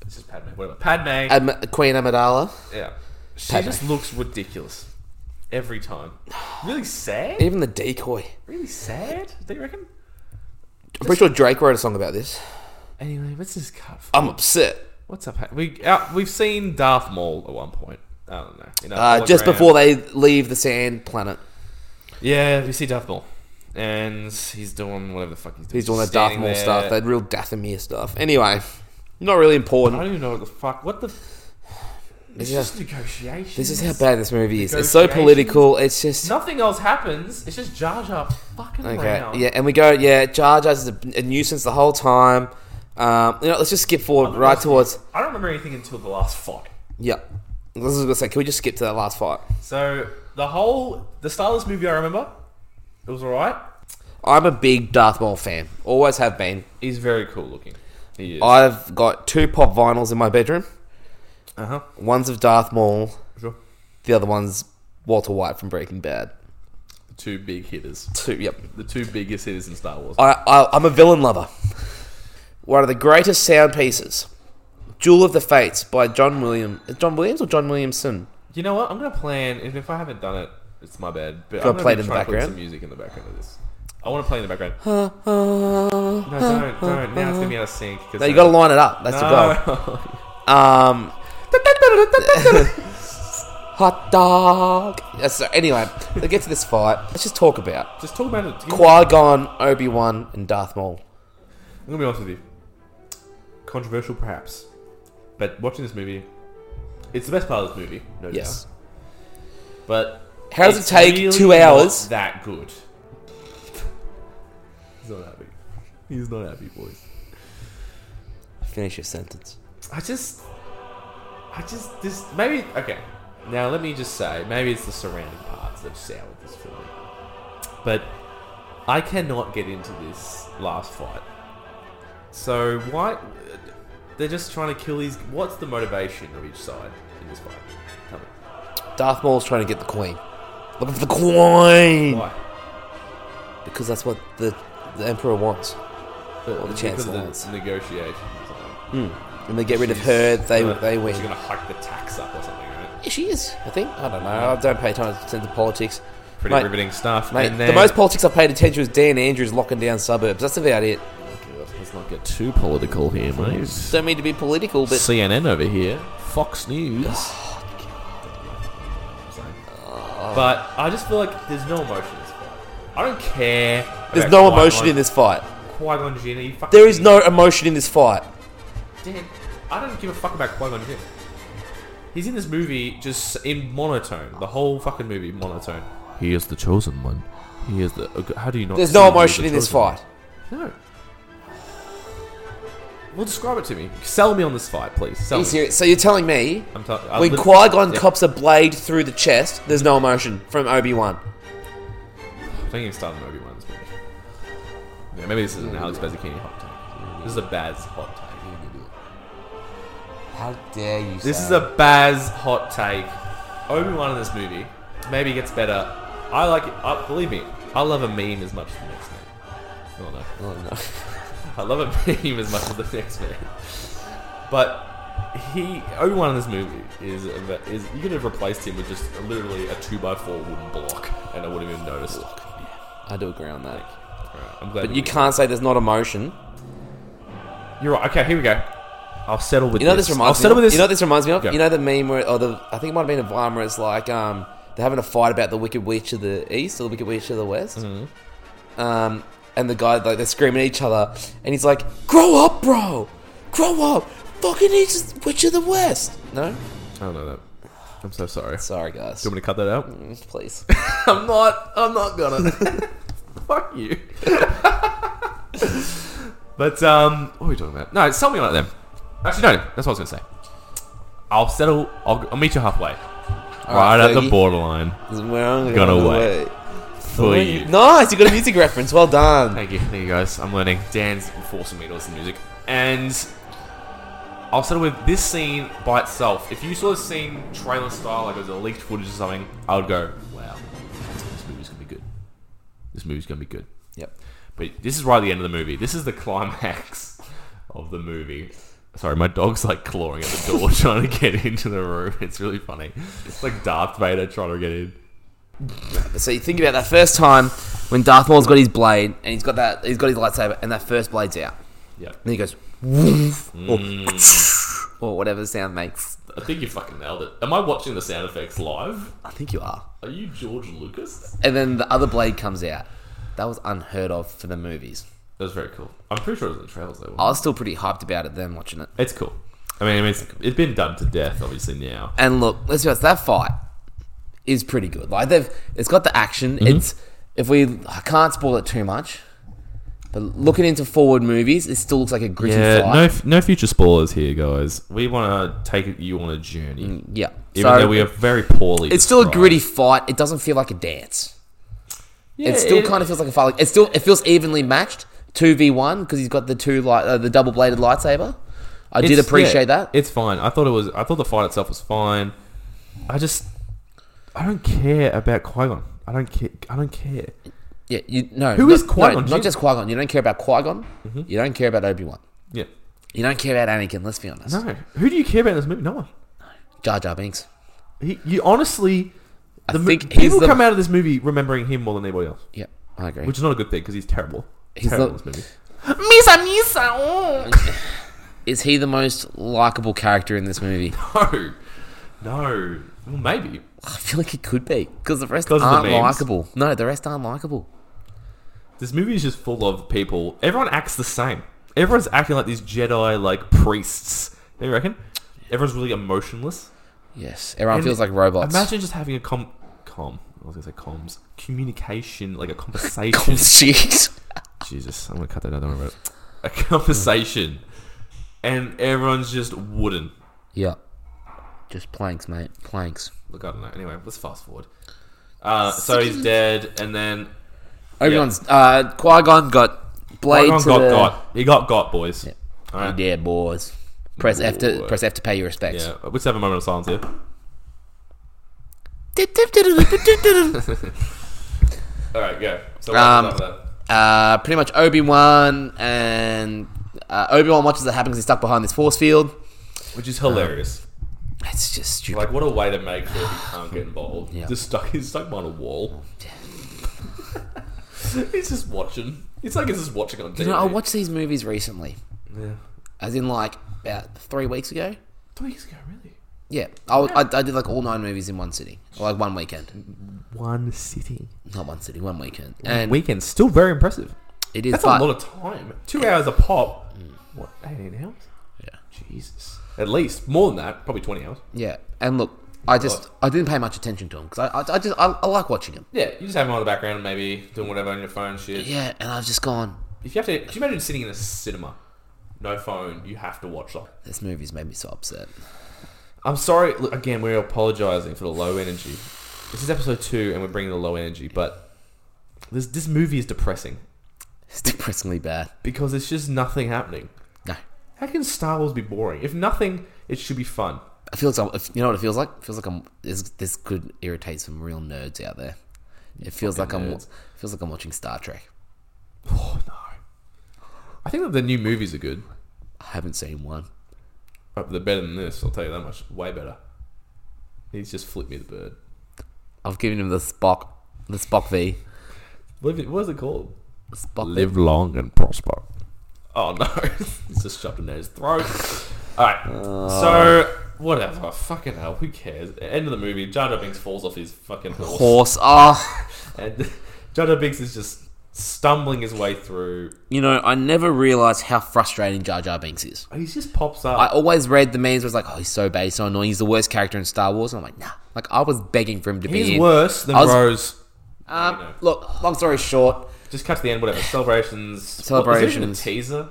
This is Padme, whatever. Padme.
Am- Queen Amidala.
yeah. She
Padme.
just looks ridiculous. Every time. Really sad?
Even the decoy.
really sad. Do you reckon?
I'm pretty sure Drake wrote a song about this.
Anyway, what's this cut? For?
I'm upset.
What's up? We uh, we've seen Darth Maul at one point. I don't know. You know,
Uh, just
hologram.
before they leave the sand planet.
Yeah, we see Darth Maul, and he's doing whatever the fuck he's doing.
He's doing that Darth
standing
Maul
there.
stuff, that real Dathomir stuff. Anyway, not really
I
important.
don't even know what the fuck. What the? It's
Yeah.
just negotiations.
This is how bad this movie is. It's so
Negotiations.
political. It's just
Nothing else happens. It's just Jar Jar fucking
okay.
around.
Yeah, and we go. Yeah, Jar Jar's a, a nuisance the whole time. Um, you know, let's just skip forward right towards.
I don't remember anything until the last fight.
Yeah, this is gonna say. Can we just skip to that last fight?
So the whole the start of this movie, I remember, it was alright.
I'm a big Darth Maul fan. Always have been.
He's very cool looking. He is.
I've got two pop vinyls in my bedroom.
uh huh.
One's of Darth Maul.
Sure.
The other one's Walter White from Breaking Bad.
The two big hitters.
Two. Yep.
the two biggest hitters in Star Wars.
I, I, I'm a villain lover. One of the greatest sound pieces, "Jewel of the Fates" by John William. is John Williams or John Williamson?
You know what? I'm gonna plan, and if I haven't done it, it's my bad. But
Do I
I'm gonna
play
be
it in the
trying to put
background?
some music in the background of this. I want to play in the background. no, don't, don't. Now it's gonna be out of sync. 'cause
No, you
I-
got to line it up. That's the
No.
goal. Um, hot dog. Yeah, So anyway, let's get to this fight. Let's just talk about
Just talk about it. I'm
Qui Gon, Obi Wan, and Darth Maul.
gonna be honest with you. Controversial, perhaps, but watching this movie, it's the best part of this movie, no
Yes.
doubt. But
How does
it's
it take
really
two
not
hours?
that good. He's not happy. He's not happy, boys.
Finish your sentence.
I just, I just this maybe okay. Now let me just say maybe it's the surrounding parts that soured this film, but I cannot get into this last fight. So why they're just trying to kill these? What's the motivation of each side in this fight? Tell me
Darth Maul's trying to get the Queen. Looking for the Queen
why?
because that's what the, the Emperor wants.
Well,
the
because
Chancellor
of the
wants.
negotiation. or something.
And they get rid of
She's
her. They
gonna-
they win.
She's gonna hike the tax up or something, right?
Yeah, she is, I think. I don't know. I don't pay time attention to politics.
Pretty
Mate,
riveting stuff.
Mate,
and then,
the most politics I've paid attention to is Dan Andrews locking down suburbs. That's about it.
let's not get too political here, mate.
Don't mean to be political, but
CNN over here, Fox News. but I just feel like there's no emotion in this fight. I don't care.
there's
about
no
Qui-Gon.
emotion in this fight.
Qui Gon Jinn. Are you fucking
There is
kidding
no emotion in this fight.
me? Dan, I don't give a fuck about Qui Gon Jinn. He's in this movie just in monotone. The whole fucking movie monotone. He is the chosen one. He is the. uh, How do you not?
There's no emotion in this fight.
No. Well, describe it to me. Sell me on this fight, please. Sell
Are you
me.
serious? So you're telling me
I'm t- I
when
lit-
Qui Gon
Yeah,
cops a blade through the chest, there's no emotion from Obi Wan?
Don't even start on Obi Wan's movie. Yeah, maybe this is an Alex Bezzacchini hot take. This is a Baz hot take.
How dare you?
This is a Baz hot take. Obi Wan in this movie maybe gets better. I like it. I, believe me, I love a meme as much as the next man. Oh no. I love a meme as much as the next man. But he Obi Wan in this movie is is you could have replaced him with just literally a two x four wooden block, and I wouldn't even notice.
I do agree on that.
Alright, I'm glad.
But
we-
you can't say there's not emotion.
You're right. Okay, here we go. I'll settle with
You know
this.
this reminds
I'll
me.
settle
of?
with this.
You know what this reminds me of.
Yeah.
You know the meme where, or the I think it might have been a Vine where it's like um they're having a fight about the Wicked Witch of the East or the Wicked Witch of the West.
Mm-hmm.
Um, and the guy like they're screaming at each other, and he's like, "Grow up, bro! Grow up! Fucking East Witch of the West!" No,
I don't know that. I'm so sorry. Do
sorry guys,
you want me to cut that out?
Mm, please.
I'm not. I'm not gonna.
Fuck you. but um, what are we talking about? No, sell me on it then. Actually, no. That's what I was gonna say. I'll settle. I'll, I'll meet you halfway. right at the
Fergie.
borderline.
We're only
Gone
going
away.
away.
For you.
Nice, you got a music reference. Well done.
Thank you. Thank you guys. I'm learning. Dan's forcing me to listen to music. And I'll settle with this scene by itself. If you saw this scene trailer style, like it was a leaked footage or something, I would go, wow, this movie's going to be good. This movie's going to be good.
Yep.
But this is right at the end of the movie. This is the climax of the movie. Sorry, my dog's like clawing at the door trying to get into the room. It's really funny. It's like Darth Vader trying to get in.
So you think about that first time when Darth Maul's got his blade and he's got that he's got his lightsaber and that first blade's out.
Yeah.
And he goes woof or, or whatever the sound makes.
I think you fucking nailed it. Am I watching the sound effects live?
I think you are.
Are you George Lucas?
And then the other blade comes out. That was unheard of for the movies.
That was very cool. I'm pretty sure it was in the trailers though.
I was still pretty hyped about it then watching it.
It's cool. I mean, I mean, it's, it's been done to death, obviously now.
And look, let's be honest, that fight is pretty good. Like they've it's got the action.
Mm-hmm.
It's if we I can't spoil it too much. But looking into forward movies, it still looks like a gritty fight.
no future spoilers here, guys. We want to take you on a journey,
yeah. Mm.
even
So-
though we are very poorly.
It's still a
described.
gritty fight. It doesn't feel like a dance. it still kind of feels like a fight. Like, it still it feels evenly matched, two v one, because he's got the two light, uh, the double bladed lightsaber. I did
It's-
appreciate
yeah,
that.
It's fine. I thought it was. I thought the fight itself was fine. I just, I don't care about Qui Gon. I don't care. I don't care.
yeah, you no.
Who
not-
is Qui-Gon Mm-hmm.
no,
Jinn?
not just Qui Gon. You don't care about Qui Gon. You don't care about Obi Wan.
Yeah.
You don't care about Anakin. Let's be honest.
No. Who do you care about in this movie? No one.
Jar Jar Binks.
He, you honestly, the mo-
think he's
people
the-
come out of this movie remembering him more than anybody else,
Yeah, I agree.
which is not a good thing because he's terrible.
He's
terrible
the-
in this movie.
Misa, Misa, oh.
is he the most likable character in this movie?
No, no. Well, maybe.
I feel like he could be because the rest
'Cause of the
aren't
memes.
likable. No, the rest aren't likable.
This movie is just full of people. Everyone acts the same. Everyone's acting like these Jedi like priests. You reckon? Everyone's really emotionless.
Yes, everyone
And
feels like robots.
Imagine just having a com com. I was gonna say comms communication, like a conversation.
Oh, Jeez.
Jesus, I'm gonna cut that out. Don't worry about it. A conversation, and everyone's just wooden.
Yeah. Just planks, mate. Planks.
Look, I don't know. Anyway, let's fast forward. Uh, so he's dead, and then
Everyone's uh Qui Gon got blade to
Qui-Gon oh, got
the Oh,
got. He got got, boys. All right.
Yeah, boys. Press F to
Boy.
press F to pay your respects.
Yeah, let's have a moment of silence here. All right, go. So what
Um,
happens after that?
Uh, pretty much Obi Wan and uh, Obi Wan watches that happen because he's stuck behind this force field.
which is hilarious.
uh, It's just stupid.
like, what a way to make sure he can't get involved.
Yeah.
Just stuck. He's stuck behind a wall. he's just watching. It's like he's just watching on TV.
you know, I watched these movies recently,
Yeah.
as in like about three weeks ago.
Three weeks ago, really.
Yeah, I, was- I, I did like all nine movies in one sitting, or like one weekend,
One sitting.
not one sitting, one weekend. And
Weekend still very impressive.
It is,
That's
but
a lot of time. Two hours a pop. What, 18 hours?
Mm. Yeah.
Jesus. At least. More than that. Probably 20 hours.
yeah. And look, I just I didn't pay much attention to him because I, I I just I, I like watching him.
Yeah, you just have them on the background and maybe doing whatever on your phone shit.
Yeah, and I've just gone.
If you have to, can you imagine sitting in a cinema? No phone, you have to watch something.
This movie's made me so upset.
I'm sorry, look, again, we're apologizing for the low energy. This is episode two and we're bringing the low energy, but this, this movie is depressing
It's depressingly bad.
because it's just nothing happening.
No,
How can Star Wars be boring? If nothing, it should be fun.
I feel like I'm, if- you know what it feels like. It feels like I'm this. This could irritate some real nerds out there. It feels like
Fucking
I'm. wa-
nerds.
Feels like I'm watching Star Trek.
Oh, no. I think that the new movies are good.
I haven't seen one.
But they're better than this, I'll tell you that much. Way better. He's just flipped me the bird.
I've given him the Spock, the Spock V,
Live it, what is it called?
the Spock. V.
Live long and prosper. Oh no. He's just shoved it in his throat. Alright. so whatever. Fucking hell, who cares? End of the movie, Jar Jar Binks falls off his fucking horse.
Horse. Ah,
And Jar Jar Binks is just stumbling his way through.
you know, I never realized how frustrating Jar Jar Binks is.
He just pops
I
up.
always read the memes where it's like, oh, he's so bad, he's so annoying, he's the worst character in Star Wars. And I'm like, nah. Like, I was begging for him to be
He's
in.
worse than
I was-
Rose.
Um,
You know.
Look, long story short,
Just catch the end, whatever. Celebrations. What,
Celebrations.
is it even a teaser?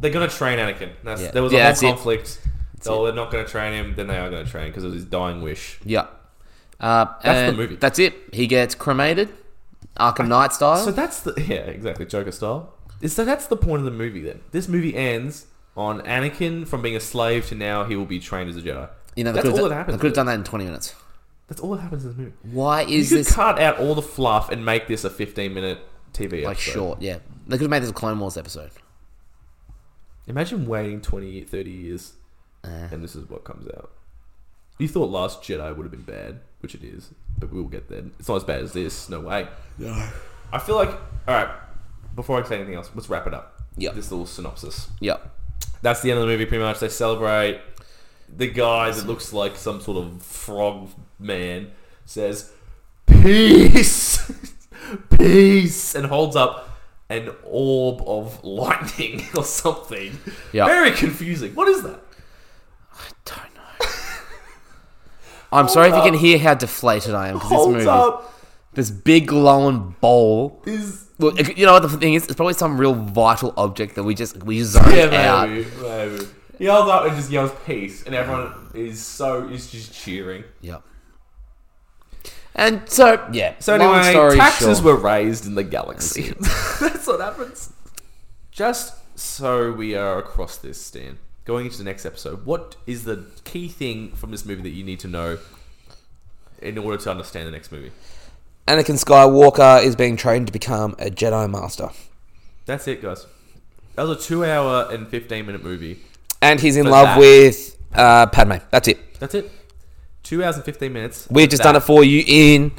They're gonna train Anakin. That's,
Yeah.
There was
Yeah,
a
that's it.
whole conflict. So they're not gonna train him. Then they are gonna train because it was his dying wish.
yeah. Uh, that's
the movie.
That's it. He gets cremated, Arkham Knight style.
So that's the yeah, exactly Joker style. Is so that's the point of the movie. Then this movie ends on Anakin from being a slave to now he will be trained as a Jedi.
you know, they
that's
could
all
have
that happens.
done that in 20 minutes.
That's all that happens in this movie.
Why
You
is
could
this
cut out all the fluff and make this a fifteen-minute TV
like
episode.
short? Yeah, they could have made this a Clone Wars episode.
Imagine waiting 20, 30 years,
Ah.
and this is what comes out. You thought Last Jedi would have been bad, which it is, but we'll get there. It's not as bad as this. No way.
No.
I feel like, all right. Before I say anything else, let's wrap it up.
Yeah.
This little synopsis.
Yeah,
That's the end of the movie. Pretty much, they celebrate. The guy that looks like some sort of frog man says, "Peace, peace," and holds up an orb of lightning or something.
Yeah.
Very confusing. What is that?
don't know. I'm sorry if
up.
you can hear how deflated I am because this
Holds
movie,
up
this big glowing bowl.
is
Look, it- you know what the thing is? It's probably some real vital object that we just we zoned
yeah,
out.
maybe, maybe. He holds up and just yells peace, and everyone is so is just cheering.
Yep. And so yeah.
So
long
anyway,
story
taxes
short.
were raised in the galaxy. That's what happens. Just so we are across this, Stan. Going into the next episode, what is the key thing from this movie that you need to know in order to understand the next movie?
Anakin Skywalker is being trained to become a Jedi Master.
That's it, guys. That was a two-hour and fifteen-minute movie.
And he's in
For
love
that.
with uh, Padme. That's it.
That's it. Two hours and fifteen minutes.
We've just done it for you in.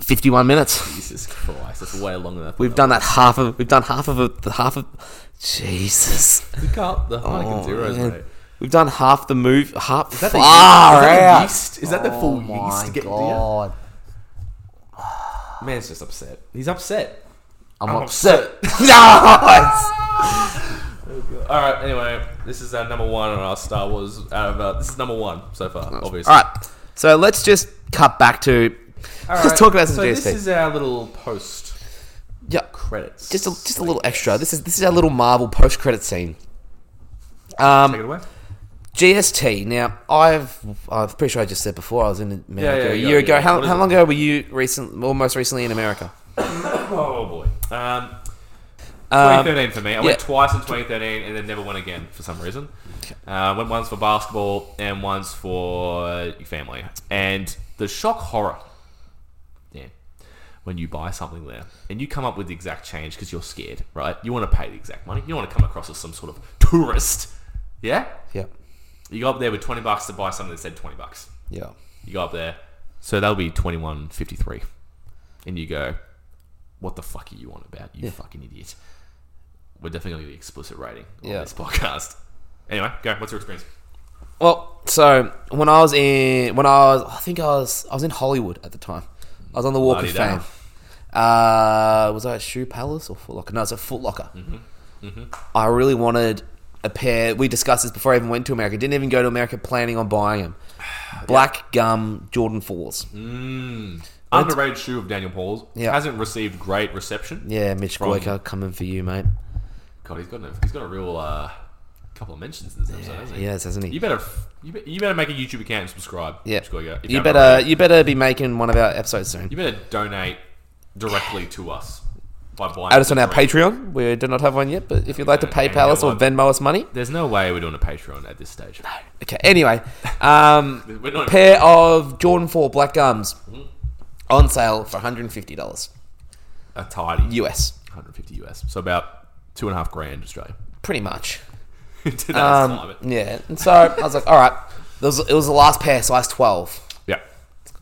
51 minutes.
Jesus Christ, that's way longer than I thought
We've
that
done that half of we've done half of a, the half of Jesus.
was. Look up the Heineken
Oh,
zeros,
man.
mate.
We've done half the move half
Is that the,
far
yeast? Is that the
out. Oh,
yeast? Is that the full yeast to get into
God.
you? Man's just upset. He's upset.
I'm,
I'm
upset. no.
All right. Anyway, this is our number one on our Star Wars. Out of, uh, this is number one so far, obviously.
All right. So let's just cut back to
All
let's talk about some
So this
GSP.
is our little post
yeah.
credits.
Just a, just a little extra. This is this is our little Marvel post credit scene. Um,
Take it away.
GST. Now, I've I'm pretty sure I just said before I was in America
Yeah, yeah,
a
yeah,
year ago.
yeah.
How,
What is
how
it?
long ago were you recent? Or most recently in America?
Oh boy. Um,
Um,
2013 for me. I
yeah.
went twice in 2013 and then never went again for some reason. Uh, went once for basketball and once for uh, family. And the shock horror, yeah, when you buy something there and you come up with the exact change because you're scared, right? You want to pay the exact money. You don't want to come across as some sort of tourist, yeah?
yeah,
You go up there with 20 bucks to buy something that said 20 bucks.
yeah.
You go up there, so that'll be 21.53. And you go, what the fuck are you on about, you fucking idiot? We're definitely going to get the explicit rating
Yeah.
on this podcast. Anyway, go. What's your experience?
Well, so when I was in, when I was, I think I was, I was in Hollywood at the time. I was on the Walk of
Bloody damn.
Fame. Uh, was I at Shoe Palace or Foot Locker? No, it's at Foot Locker.
Mm-hmm.
I really wanted a pair. We discussed this before I even went to America. Didn't even go to America planning on buying them. Black gum Jordan 4s.
Mm-hmm. Underrated shoe of Daniel Paul's.
Mm. Yeah.
Hasn't received great reception.
Yeah, Mitch
From-
Goiker coming for you, mate.
God, he's got a, he's got a real uh, couple of mentions in this episode, hasn't he?
Yes, hasn't he?
You better f- you, be, you better make a YouTube account and subscribe.
Yeah.
Just go, yeah, if
You
haven't
better
already.
you better be making one of our episodes soon.
you better donate directly to us by buying.
Add us on our Patreon.
Patreon.
We do not have one yet, but if you'd like to PayPal us or Venmo us money.
There's no way we're doing a Patreon at this stage.
Okay, anyway. Um,
We're not. Mm-hmm.
pair of Jordan 4 black gums on sale for $150
a tidy
US,
150 US. So about two and a half grand Australia.
pretty much.
In today's
Um,
climate.
yeah. And so I was like, all right. It was, it was the last pair, size 12.
Yeah.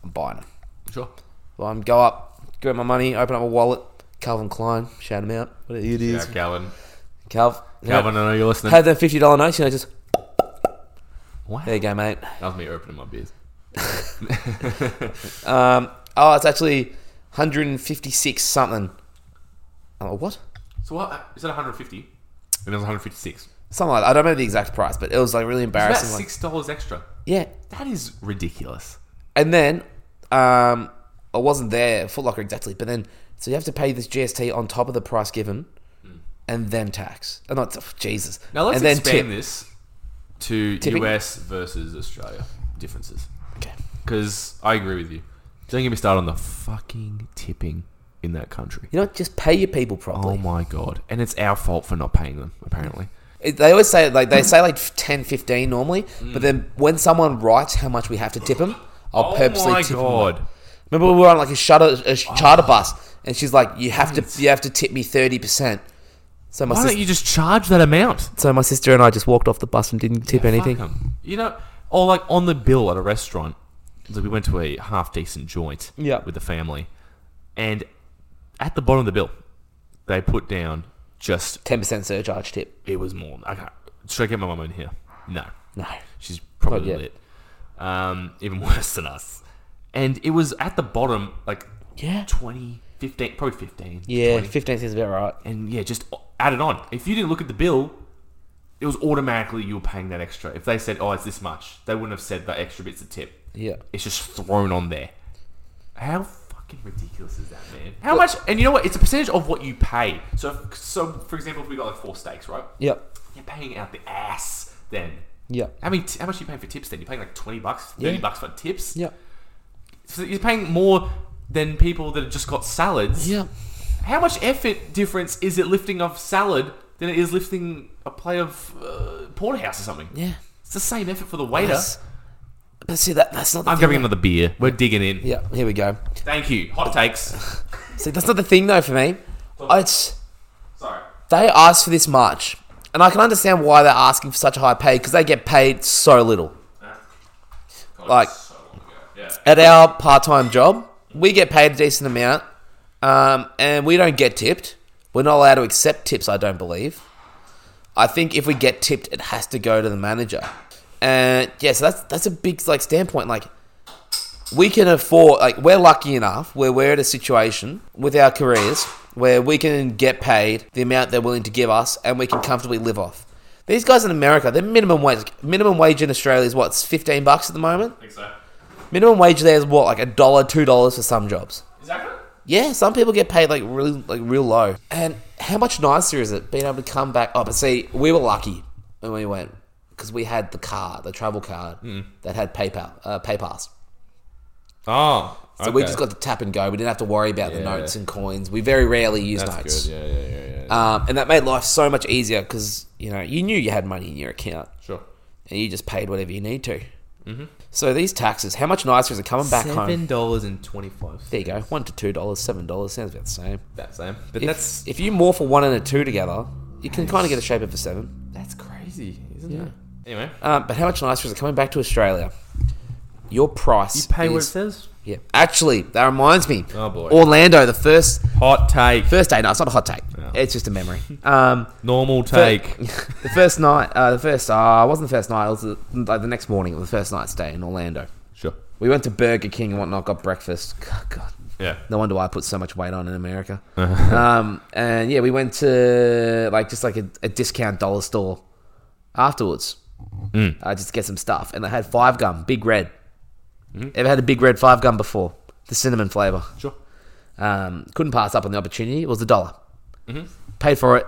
I'm buying them.
Sure.
Well, I'm go up, grab my money, open up my wallet. Calvin Klein, shout him out. What an idiot.
Yeah, Calvin.
Calv.
Calvin, I know you're listening.
Had that fifty dollar notes, you know, just
Wow.
there you go, mate.
That was me opening my beers.
Um, oh, it's actually hundred and fifty six something. I'm like, what?
So what? uh, Is that 150? And it was 156.
Something like that. I don't know the exact price, but it was like really
About
embarrassing. Like,
six dollars extra.
yeah,
That is ridiculous.
and then um, I wasn't there at Foot Locker exactly, but then so you have to pay this GST on top of the price given, and then tax. Oh, not Jesus.
Hmm. Now let's
and then tip.
expand this to
Tipping?
US versus Australia differences.
Okay.
Because I agree with you. Don't get me started on the fucking tipping in that country.
You know, what? just pay your people
Oh
properly.
my god. And it's our fault for not paying them, apparently.
It- They always say like
Hmm.
they say like 10, 15 normally, but then when someone writes how much we have to tip them, I'll purposely
Oh my
tip 'em
god.
Remember we were on like a shuttle, a sh-
Oh.
charter bus, and she's like, "You have to, you have to tip me thirty percent." So my
Why
sis-
don't you just charge that amount?
so my sister and I just walked off the bus and didn't tip anything.
Fuck 'em. You know, or like on the bill at a restaurant. Like we went to a half decent joint
Yeah.
with the family, and at the bottom of the bill, they put down just
Ten percent surcharge tip.
it was more. I can't. Should I get my mum in here? No,
No,
she's probably
Not
lit. Um, even worse than us. And it was at the bottom, like
Yeah.
20, 15, probably fifteen.
yeah,
20.
fifteen seems about right.
and yeah, just add it on. If you didn't look at the bill, it was automatically you were paying that extra. If they said, "Oh, it's this much," they wouldn't have said that extra bit's a tip.
Yeah,
It's just thrown on there. How fucking ridiculous is that, man? How much? And you know what? It's a percentage of what you pay. So, if, so for example, if we got like four steaks, right?
yep,
You're paying out the ass then.
yep,
How many? How much are you paying for tips then? You're paying like twenty bucks, thirty
Yeah.
bucks for tips.
yep,
So you're paying more than people that have just got salads.
yep.
How much effort difference is it lifting off salad than it is lifting a plate of uh, porterhouse or something?
Yeah,
It's the same effort for the waiter.
Yes. but see that that's not. The
I'm
thing
grabbing another beer. We're digging in.
Yeah, here we go.
Thank you. Hot takes.
See, that's not the thing though for me. It's
Sorry.
they asked for this much, and I can understand why they're asking for such a high pay because they get paid so little. Like Uh,
So long ago. Yeah.
at our part-time job, we get paid a decent amount, um, and we don't get tipped. We're not allowed to accept tips. I don't believe. I think if we get tipped, it has to go to the manager. And yeah, so that's that's a big like standpoint. Like we can afford, like we're lucky enough where we're at a situation with our careers where we can get paid the amount they're willing to give us, and we can comfortably live off. These guys in America, their minimum wage minimum wage in Australia is what's fifteen bucks at the moment.
I think so.
Minimum wage there is what, like a dollar, two dollars for some jobs.
Is that good?
Yeah, some people get paid like really, like real low. And how much nicer is it being able to come back? Oh, but see, we were lucky when we went because we had the card, the travel card
Hmm.
that had PayPal, uh, PayPass.
Oh.
So we just got to tap and go. We didn't have to worry about the
Yeah.
notes and coins. We very rarely use notes,
Yeah, yeah, yeah, yeah.
um, and that made life so much easier because you know you knew you had money in your account
sure.
and you just paid whatever you need to.
Mm-hmm.
So these taxes, how much nicer is it coming back home?
dollars and twenty-five.
There you go. One to two dollars, seven dollars sounds about the same.
That's same. But
If,
that's
if you morph a one and a two together, you can kind of get a shape of a seven.
that's crazy, isn't it? Anyway,
Um, but how much nicer is it coming back to Australia? Your price. is-
says.
Yeah. Actually, that reminds me.
Oh, boy.
Orlando, the first
Hot take.
first day. No, it's not a hot take.
Yeah.
It's just a memory. Um,
Normal
the-
take.
the first night, uh, the first. Uh, it wasn't the first night. It was the, like the next morning. It was the first night stay in Orlando.
sure.
We went to Burger King and whatnot. Got breakfast. God, God
Yeah.
No wonder why I put so much weight on in America. um, and yeah, we went to like just like a, a discount dollar store afterwards, uh, just to get some stuff. And they had five gum, big red. Ever had a big red five gum before? The cinnamon flavor.
Sure.
Um, couldn't pass up on the opportunity. It was a dollar. Paid for it,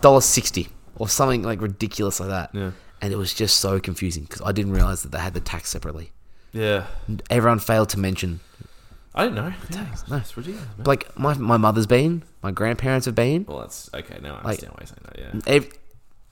dollar sixty or something like ridiculous like that.
Yeah.
And it was just so confusing because I didn't realize that they had the tax separately.
Yeah.
Everyone failed to mention
I didn't know. Yeah, That's ridiculous. Man.
like my my mother's been, my grandparents have been,
Well, that's okay. Now I
Like-
understand why you're saying that. Yeah.
ev-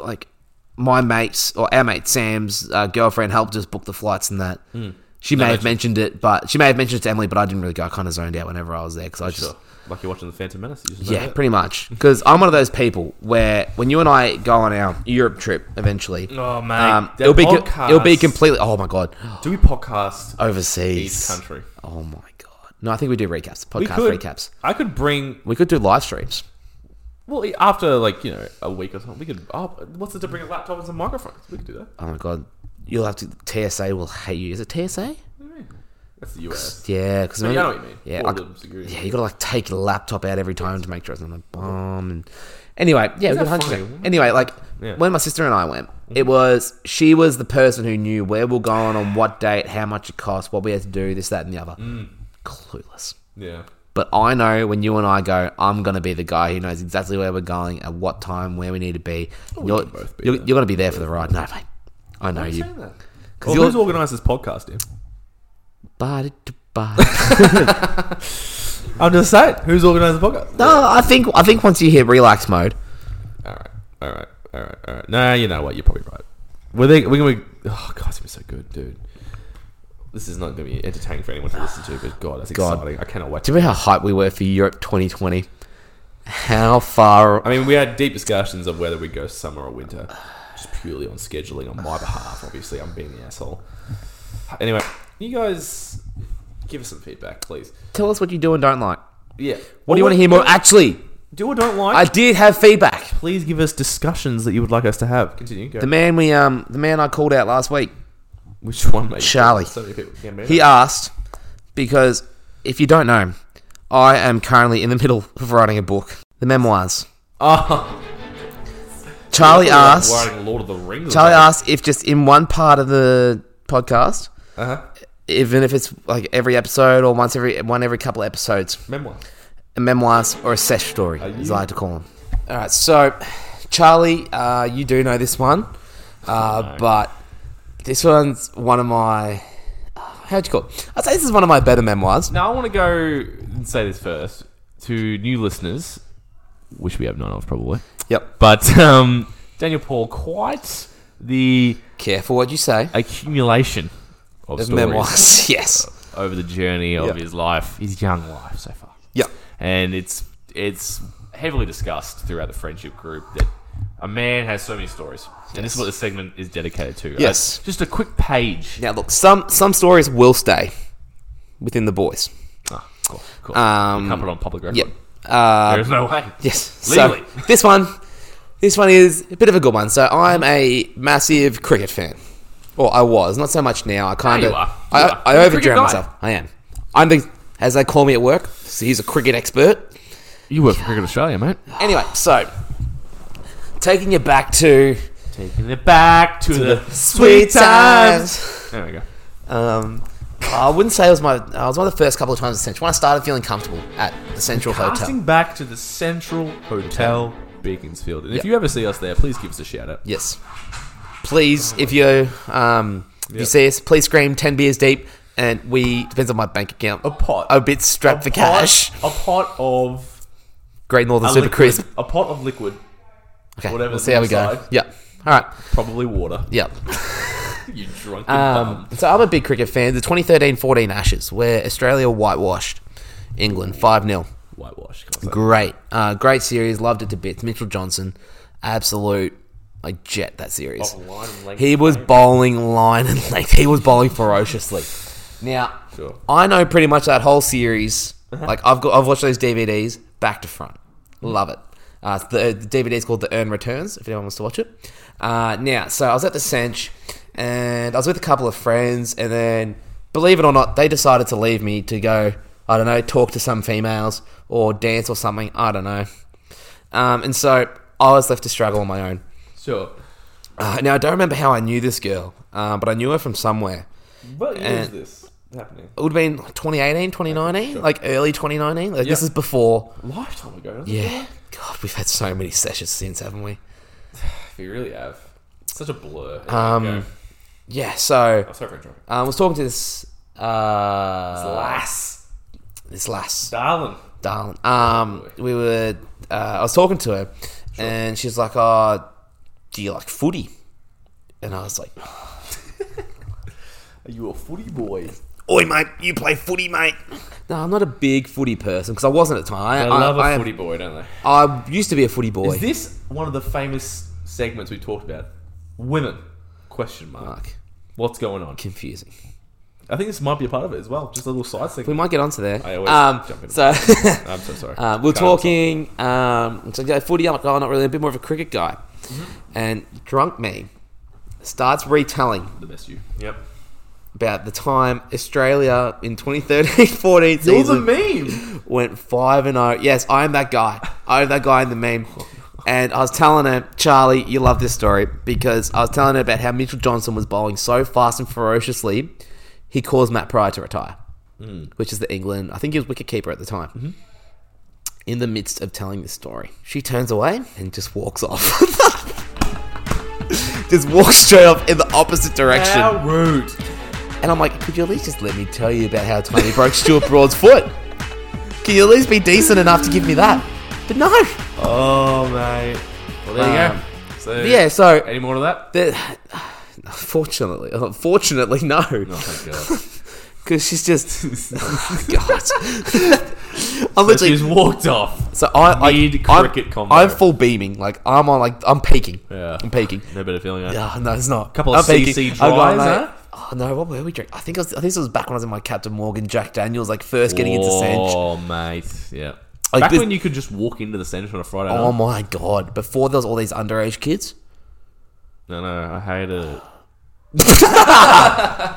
like my mates or our mate Sam's uh, girlfriend helped us book the flights and that. She may
Hmm. No,
have
that's-
mentioned it, but she may have mentioned it to Emily, but I didn't really go. I kind of zoned out whenever I was there because I just
Sure. Like you're watching the Phantom Menace. You just know
yeah,
that.
pretty much. Because I'm one of those people where when you and I go on our Europe trip eventually,
Oh mate,
um,
that
it'll be co-
podcast-
it'll be completely. Oh my god,
Do we podcast each
overseas
country?
Oh my god, no, I think we do recaps,
We
podcast
could.
recaps.
I could bring.
We could do live streams.
Well, e- after like you know a week or something, we could. Oh, what's it to bring a laptop and some microphones? We could do that.
Oh my god, you'll have to. TSA will hate you. Is it TSA?
That's the US.
Yeah, because
Yeah, I know what you mean.
Yeah,
All
I c-
the security.
yeah, you gotta like take your laptop out every time to make sure it's not a bomb. And anyway, yeah, we got
that
hundred.
funny?
percent. Anyway, like
Yeah. Mm-hmm.
when my sister and I went, it was she was the person who knew where we are going on what date, how much it cost, what we had to do, this, that, and the other.
Mm.
Clueless.
Yeah.
But I know when you and I go, I'm gonna be the guy who knows exactly where we're going, at what time, where we need to be. you're,
Oh, both be
you're,
there.
you're gonna be there for the ride, no, mate. I know you.
Saying that.
'Cause
Well,
you're-
who's organised this podcast, Tim?
Ba-da-da, ba-da-da.
I'm just saying. Who's organised the podcast?
No, I think I think once you hit relax mode,
All right. All right. All right. All right. No, you know what? You're probably right. We're thinking, we're gonna. Be, oh God, it's gonna be so good, dude. This is not gonna be entertaining for anyone to listen to, but God, that's
God.
exciting. I cannot wait.
Do you remember how hyped we were for Europe 2020? How far?
I mean, we had deep discussions of whether we go summer or winter, just purely on scheduling on my behalf. Obviously, I'm being the asshole. Anyway, you guys give us some feedback, please.
Tell us what you do and don't like.
Yeah.
What do you want to hear more? Actually,
Do or don't like?
I did have feedback.
please give us discussions that you would like us to have. Continue. Go.
The man we um, the man I called out last week,
Which one, mate?
Charlie.
So many people. Yeah,
he asked because if you don't know, I am currently in the middle of writing a book, the memoirs.
oh,
Charlie asked.
Writing Lord of the Rings.
Charlie asked if just in one part of the podcast,
Uh-huh.
even if it's like every episode or once every one every couple episodes,
Memoir.
a memoirs or a sesh story, as
you-
I like to call them. All right, so Charlie, uh, you do know this one, uh, but this one's one of my uh, how'd you call? It? I'd say this is one of my better memoirs.
Now I want to go and say this first to new listeners, which we have none of probably.
Yep.
But um, Daniel Paul, quite the
Careful what you say.
accumulation of
Of
stories
memoirs, yes.
over the journey of
Yeah.
his life, his young life so far.
Yep.
and it's it's heavily discussed throughout the friendship group that a man has so many stories, and this is what this segment is dedicated to.
Yes.
Uh, just a quick page.
Now look, some some stories will stay within the boys.
Ah, cool, cool.
Um,
we can't put it on public record.
Yep. Uh,
There's no way.
Yes.
Legally.
So this one, this one is a bit of a good one. So I'm a massive cricket fan, or I was not so much now. I kind
you
of
are.
I,
You are.
I
You're a
over
cricket
drown
guy.
myself. I am. I'm the as they call me at work. So he's a cricket expert.
You work for Cricket Australia, mate.
Anyway, so taking you back to
Taking it back to, the,
sweet times.
There we go.
Um, I wouldn't say it was my. I was one of the first couple of times at Central when I started feeling comfortable at the Central
Casting
Hotel.
back to the Central Hotel Beaconsfield, and
Yep.
if you ever see us there, please give us a shout out.
Yes. Please, if you um, if you
Yep.
see us, please scream ten beers deep, and we depends on my bank account.
A pot.
a bit strapped for cash.
Pot, a pot of
Great Northern
a
Super
liquid,
Crisp.
A pot of liquid,
Okay,
whatever's
we'll see how we go.
inside.
Yeah. All right.
probably water.
Yeah.
You drunken
Um,
bum.
so I'm a big cricket fan. The 2013-14 Ashes, where Australia whitewashed England five 0
Whitewash.
Great, uh, great series. Loved it to bits. Mitchell Johnson, absolute. I jet that series. He was bowling line and length. He was bowling ferociously. Now,
Sure.
I know pretty much that whole series. Like I've got, I've watched those DVDs back to front. Love it. Uh, the, the DVD is called The Earn Returns. If anyone wants to watch it. Uh, now, so I was at the Sench, and I was with a couple of friends, and then believe it or not, they decided to leave me to go. I don't know, talk to some females or dance or something. I don't know. Um, and so I was left to struggle on my own.
Sure.
Uh, now I don't remember how I knew this girl, uh, but I knew her from somewhere.
What year
Eh.
is this happening?
It would have been 2018, 2019, like early 2019. Like this
Yeah.
is before.
A lifetime ago. Yeah.
Yeah. God, we've had so many sessions since, haven't we?
We really have. It's such a blur.
Um,
Okay.
Yeah. So um,
I'm sorry for interrupting.
I was talking to this uh,
Lass.
this lass,
Darling.
darling. Um, we were. Uh, I was talking to her, and she's like, "Oh, do you like footy?" And I was like,
Are you a footy boy?
"Oi, mate, you play footy, mate." No, I'm not a big footy person because I wasn't at the time. I,
I love a
a I,
footy boy, don't they?
I used to be a footy boy.
Is this one of the famous segments we talked about? Women? Question mark.
Fuck,
What's going on?
confusing.
I think this might be a part of it as well. Just a little side
We
segment.
might get onto there.
I always
um,
jump in.
so
I'm so sorry.
uh, we we're
Cut us off.
talking. Um, so yeah, footy. I'm like, oh, not really. I'm a bit more of a cricket guy.
Mm-hmm.
And drunk me starts retelling
The best you.
Yep.
about the time Australia in 2013-14
You're the
season
meme.
went five and zero. Yes, I am that guy. I am that guy in the meme. And I was telling her, Charlie, you love this story because I was telling her about how Mitchell Johnson was bowling so fast and ferociously, he caused Matt Pryor to retire, which is the England. I think he was wicketkeeper at the time. In the midst of telling this story, she turns away and just walks off. just walks straight off in the opposite direction.
How rude.
And I'm like, could you at least just let me tell you about how Tony broke Stuart Broad's foot? Can you at least be decent enough to give me that? But no.
Oh, mate. Well, there
Um,
you go. So,
Yeah, so
Any more of that?
the, fortunately, unfortunately, no,
Oh,
because she's just God. I'm
my God. She's
literally
walked off.
so I I
mid
I'm,
cricket combo.
I'm full beaming, like I'm on, like I'm peaking,
Yeah.
I'm peaking.
No better feeling, eh?
Yeah, no, it's not.
Couple of
I'm
CC
peaking. I'm going,
drives,
mate.
huh?
Oh no, what were we drinking? I think I was, I think this was back when I was in my Captain Morgan, Jack Daniels, like first getting into Sanch.
Oh, mate. Yeah.
Like
Back
this-
when you could just walk into the centre on a Friday
Oh
night.
my god! Before there was all these underage kids.
No, no, I hate it.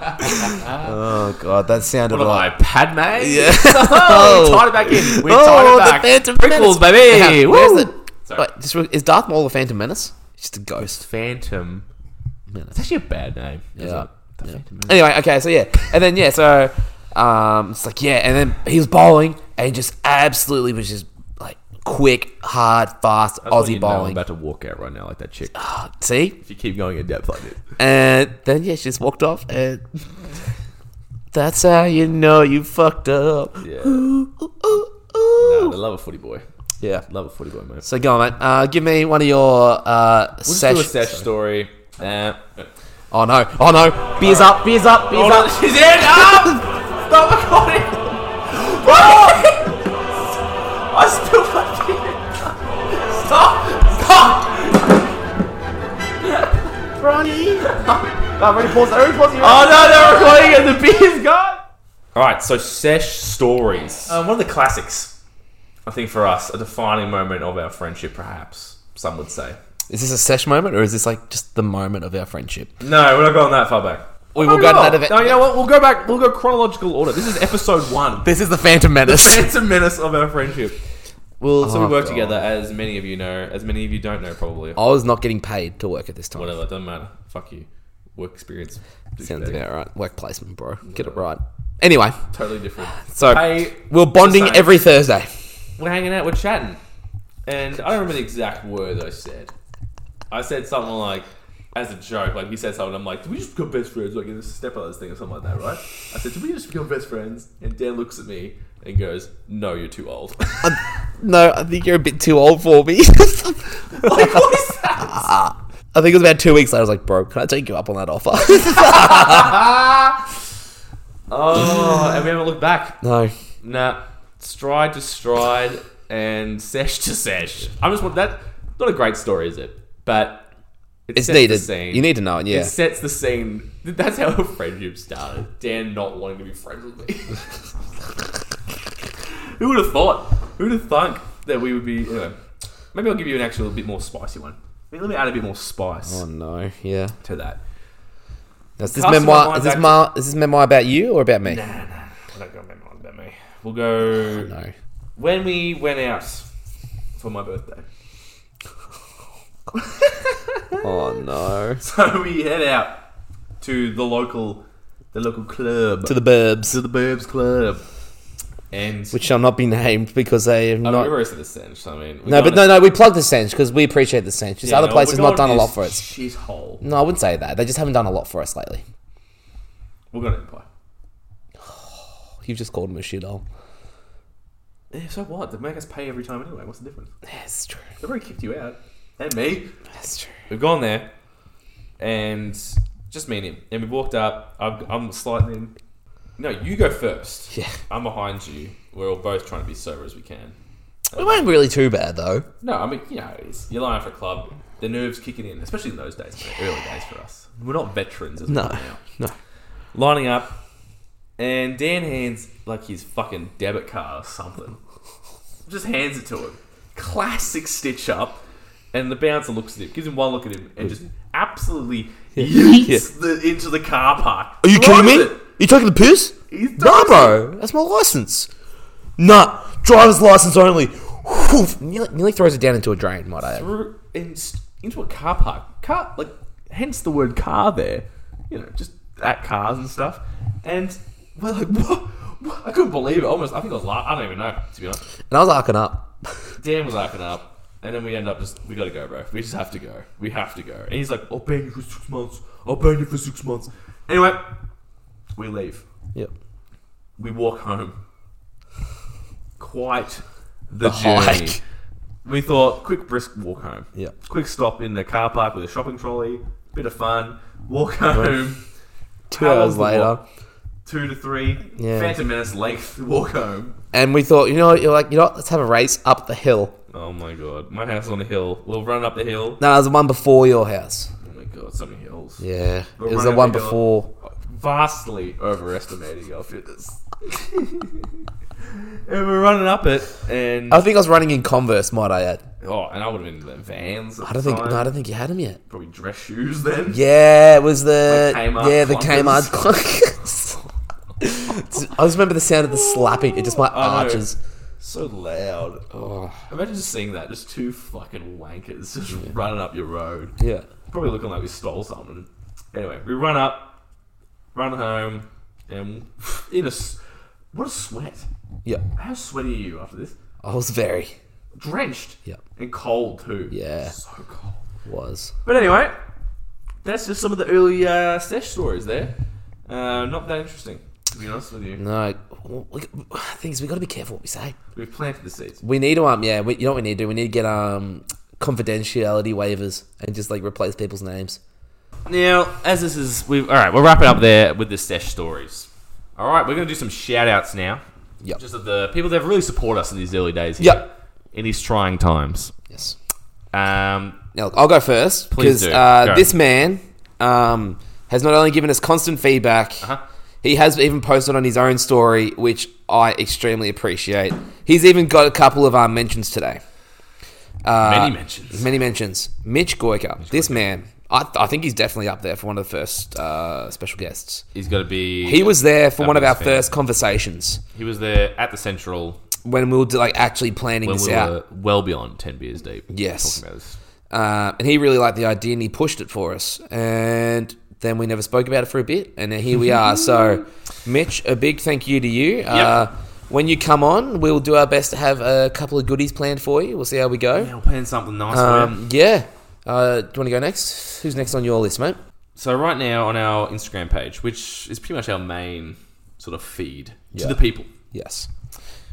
Oh god, that sounded
What am I,
like.
Padme?
Yeah.
oh, tied it back in. We
oh,
tied it back.
the Phantom
Prequels,
Menace.
baby.
Yeah,
Woo!
where's the?
Sorry.
Wait, just, re- is Darth Maul a Phantom Menace? It's just a ghost.
Phantom.
Menace.
It's actually a bad name. isn't
Yeah.
it? The Phantom Menace.
Anyway, okay, so yeah, and then yeah, so um, it's like yeah, and then he was bowling and just absolutely was just like quick, hard, fast
That's when
Aussie
you know I'm
bowling.
about to walk out right now like that chick.
See,
If you keep going in depth like this.
and then yeah, she just walked off, and that's how you know you fucked up.
Yeah.
Ooh, ooh, ooh, ooh.
Nah, they love a footy boy.
Yeah.
Love a footy boy, mate.
So go on, mate. Uh, give me one of your uh,
We'll
sesh-
just do a sesh story. Uh,
Oh no! Oh no! Beers up! Beers up! Beers
Hold on,
up!
she's in! Ah! Stop recording! Whoa! I spilled my beer! Stop! Stop!
I've already paused. I already paused.
Oh no, they're recording and the beer's gone! Alright, so sesh stories.
Uh, one of the classics, I think, for us, a defining moment of our friendship, perhaps some would say.
Is this a sesh moment or is this like just the moment of our friendship?
No, we're not going that far back.
We will go to that event.
No, you know what? We'll go back. We'll go chronological order. This is episode one.
This is the Phantom Menace.
It's a menace of our friendship.
well,
So we work together, as many of you know, as many of you don't know, probably.
I was not getting paid to work at this time.
Whatever, doesn't matter. Fuck you. Work experience.
Sounds
Douchebag.
about right. Work placement, bro. Get it right. Anyway,
Totally different.
so
Hey,
we're bonding
same.
every Thursday.
We're hanging out, we're chatting. And I don't remember the exact words I said. I said something like, as a joke, like you said something, I'm like, did we just become best friends? Like in the Step Brothers thing or something like that, right? I said, did we just become best friends? And Dan looks at me and goes, no, you're too old.
Uh, No, I think you're a bit too old for me.
like, what is that?
I think it was about two weeks later. I was like, bro, can I take you up on that offer?
Oh, and we haven't looked back.
no.
Nah, stride to stride and sesh to sesh. I'm just want that. Not a great story, is it? But it
It's
sets the
needed.
scene.
You need to know it, yeah.
It sets the scene. That's how our friendship started. Dan not wanting to be friends with me. Who would have thought? Who would have thunk that we would be? Anyway, maybe I'll give you an actual bit more spicy one. Let me add a bit more spice
Oh no, yeah.
to that.
Now, is this
Cast my
memoir?
mind
Is this,
back to-
ma- is this memoir about you or about me?
I don't got memoirs about me.
We'll
Oh,
go
No.
when we went out for my birthday.
Oh no.
So we head out to the local, the local club,
To the burbs,
the Burbs Club, and
which shall not be named because they have
I mean,
not.
we're always at the Stench. so I mean,
no,
we're going
but
to-
no, no. We plug the Sense because we appreciate the Sense. Just
Yeah,
other
no,
places
we're
not done
going
a
to
lot
this
for us.
Shithole.
No, I wouldn't say that. They just haven't done a lot for us lately.
We're going to Empire.
You've just called them a shithole.
Yeah, so what? They make us pay every time anyway. What's the difference?
That's true.
They've already kicked you out. And me.
That's true.
We've gone there, and just me and him. And we walked up. I'm, I'm slightly. No, you go first.
Yeah.
I'm behind you. We're all both trying to be sober as we can.
We weren't really too bad though.
No, I mean, you know, it's, you're lying for a club. The nerves kicking in, especially in those days, mate, early days for us. We're not veterans as we
No,
are
no.
now. Lining up, and Dan hands like his fucking debit card or something. Just hands it to him. Classic stitch up, and the bouncer looks at him, gives him one look at him, and just absolutely yeets the, into the car park.
Are you kidding me?
Throws it.
you taking the piss?
He's
Nah,
done.
bro. That's my license. Nah, driver's license only. Woof.
Nearly, nearly throws it down into a drain, might I? add.
through in, into a car park. Car, like, hence the word car there. You know, just at cars and stuff. And we're like, what? What?" I couldn't believe it. Almost, I think I was. La- I don't even know. To be honest,
And I was arcing up.
Dan was acting up, and then we end up just. We gotta go, bro. We just have to go. We have to go. And he's like, I'll ban you for six months. I'll ban you for six months. Anyway, we leave.
Yep.
We walk home. Quite the,
hike.
journey. We thought quick brisk walk home.
Yep.
Quick stop in the car park with a shopping trolley, bit of fun, walk home.
Two
How
hours
long's the
later,
walk? two to three,
Yeah.
Phantom Menace length walk home.
and we thought, you know, what, you're like, you know, what, let's have a race up the hill.
Oh my god, my house on a hill. We'll run up the hill.
No, it was the one before your house.
Oh my god, so many hills.
Yeah,
We're
it was the
running
one
up the hill.
before.
Vastly overestimating your fitness. and we're running up it, and
I think I was running in Converse, might I add.
oh, and I would have been in the vans. At
I don't think,
the
no, I
time.
don't think you had him yet.
probably dress shoes then.
Yeah, it was the
Like Kmart
yeah the
clunkers.
Kmart clunkers. I just remember the sound of the slapping. It just my
I know.
arches.
So loud. Oh. Imagine just seeing that. Just two fucking wankers just running up your road.
Yeah.
Probably looking like we stole something. Anyway, we run up, run home, and in a s- what a sweat.
Yeah.
How sweaty are you after this?
I was very
Drenched.
Yeah.
And cold too.
Yeah.
So cold.
was.
But anyway, that's just some of the early uh, sesh stories there. Uh, not that interesting, to be honest with you.
No, we, things we got to be careful what we say.
We've planted the seeds.
We need to um yeah. We, you know what we need to do? We need to get um confidentiality waivers and just like replace people's names.
Now, as this is, we all right. We're wrapping up there with the sesh stories. All right, we're going to do some shout outs now.
Yep.
Just of the people that have really supported us in these early days. Here,
Yep.
In these trying times.
Yes.
Um,
Now, look, I'll go first because
Please do. Go.
uh, this man um, has not only given us constant feedback,
Uh-huh.
he has even posted on his own story, which I extremely appreciate. He's even got a couple of um, mentions today. Uh,
Many mentions.
Many mentions. Mitch Goiker, this man, I, I think he's definitely up there for one of the first uh, special guests.
he's got to be.
He was there for
That
one of our
was fair.
first conversations
He was there at the central
when we were like actually planning
when
this
we
out.
were well beyond ten beers deep.
Yes.
Talking about this.
Uh, and he really liked the idea and he pushed it for us. And then we never spoke about it for a bit. And here we are. so, Mitch, a big thank you to you. Uh, when you come on, we'll do our best to have a couple of goodies planned for you. We'll see how we
Yeah,
go.
we'll plan something nice for you.
Um, yeah. Uh, do you want to go next? Who's next on your list, mate?
So right now on our Instagram page, which is pretty much our main sort of feed
Yeah.
to the people.
Yes.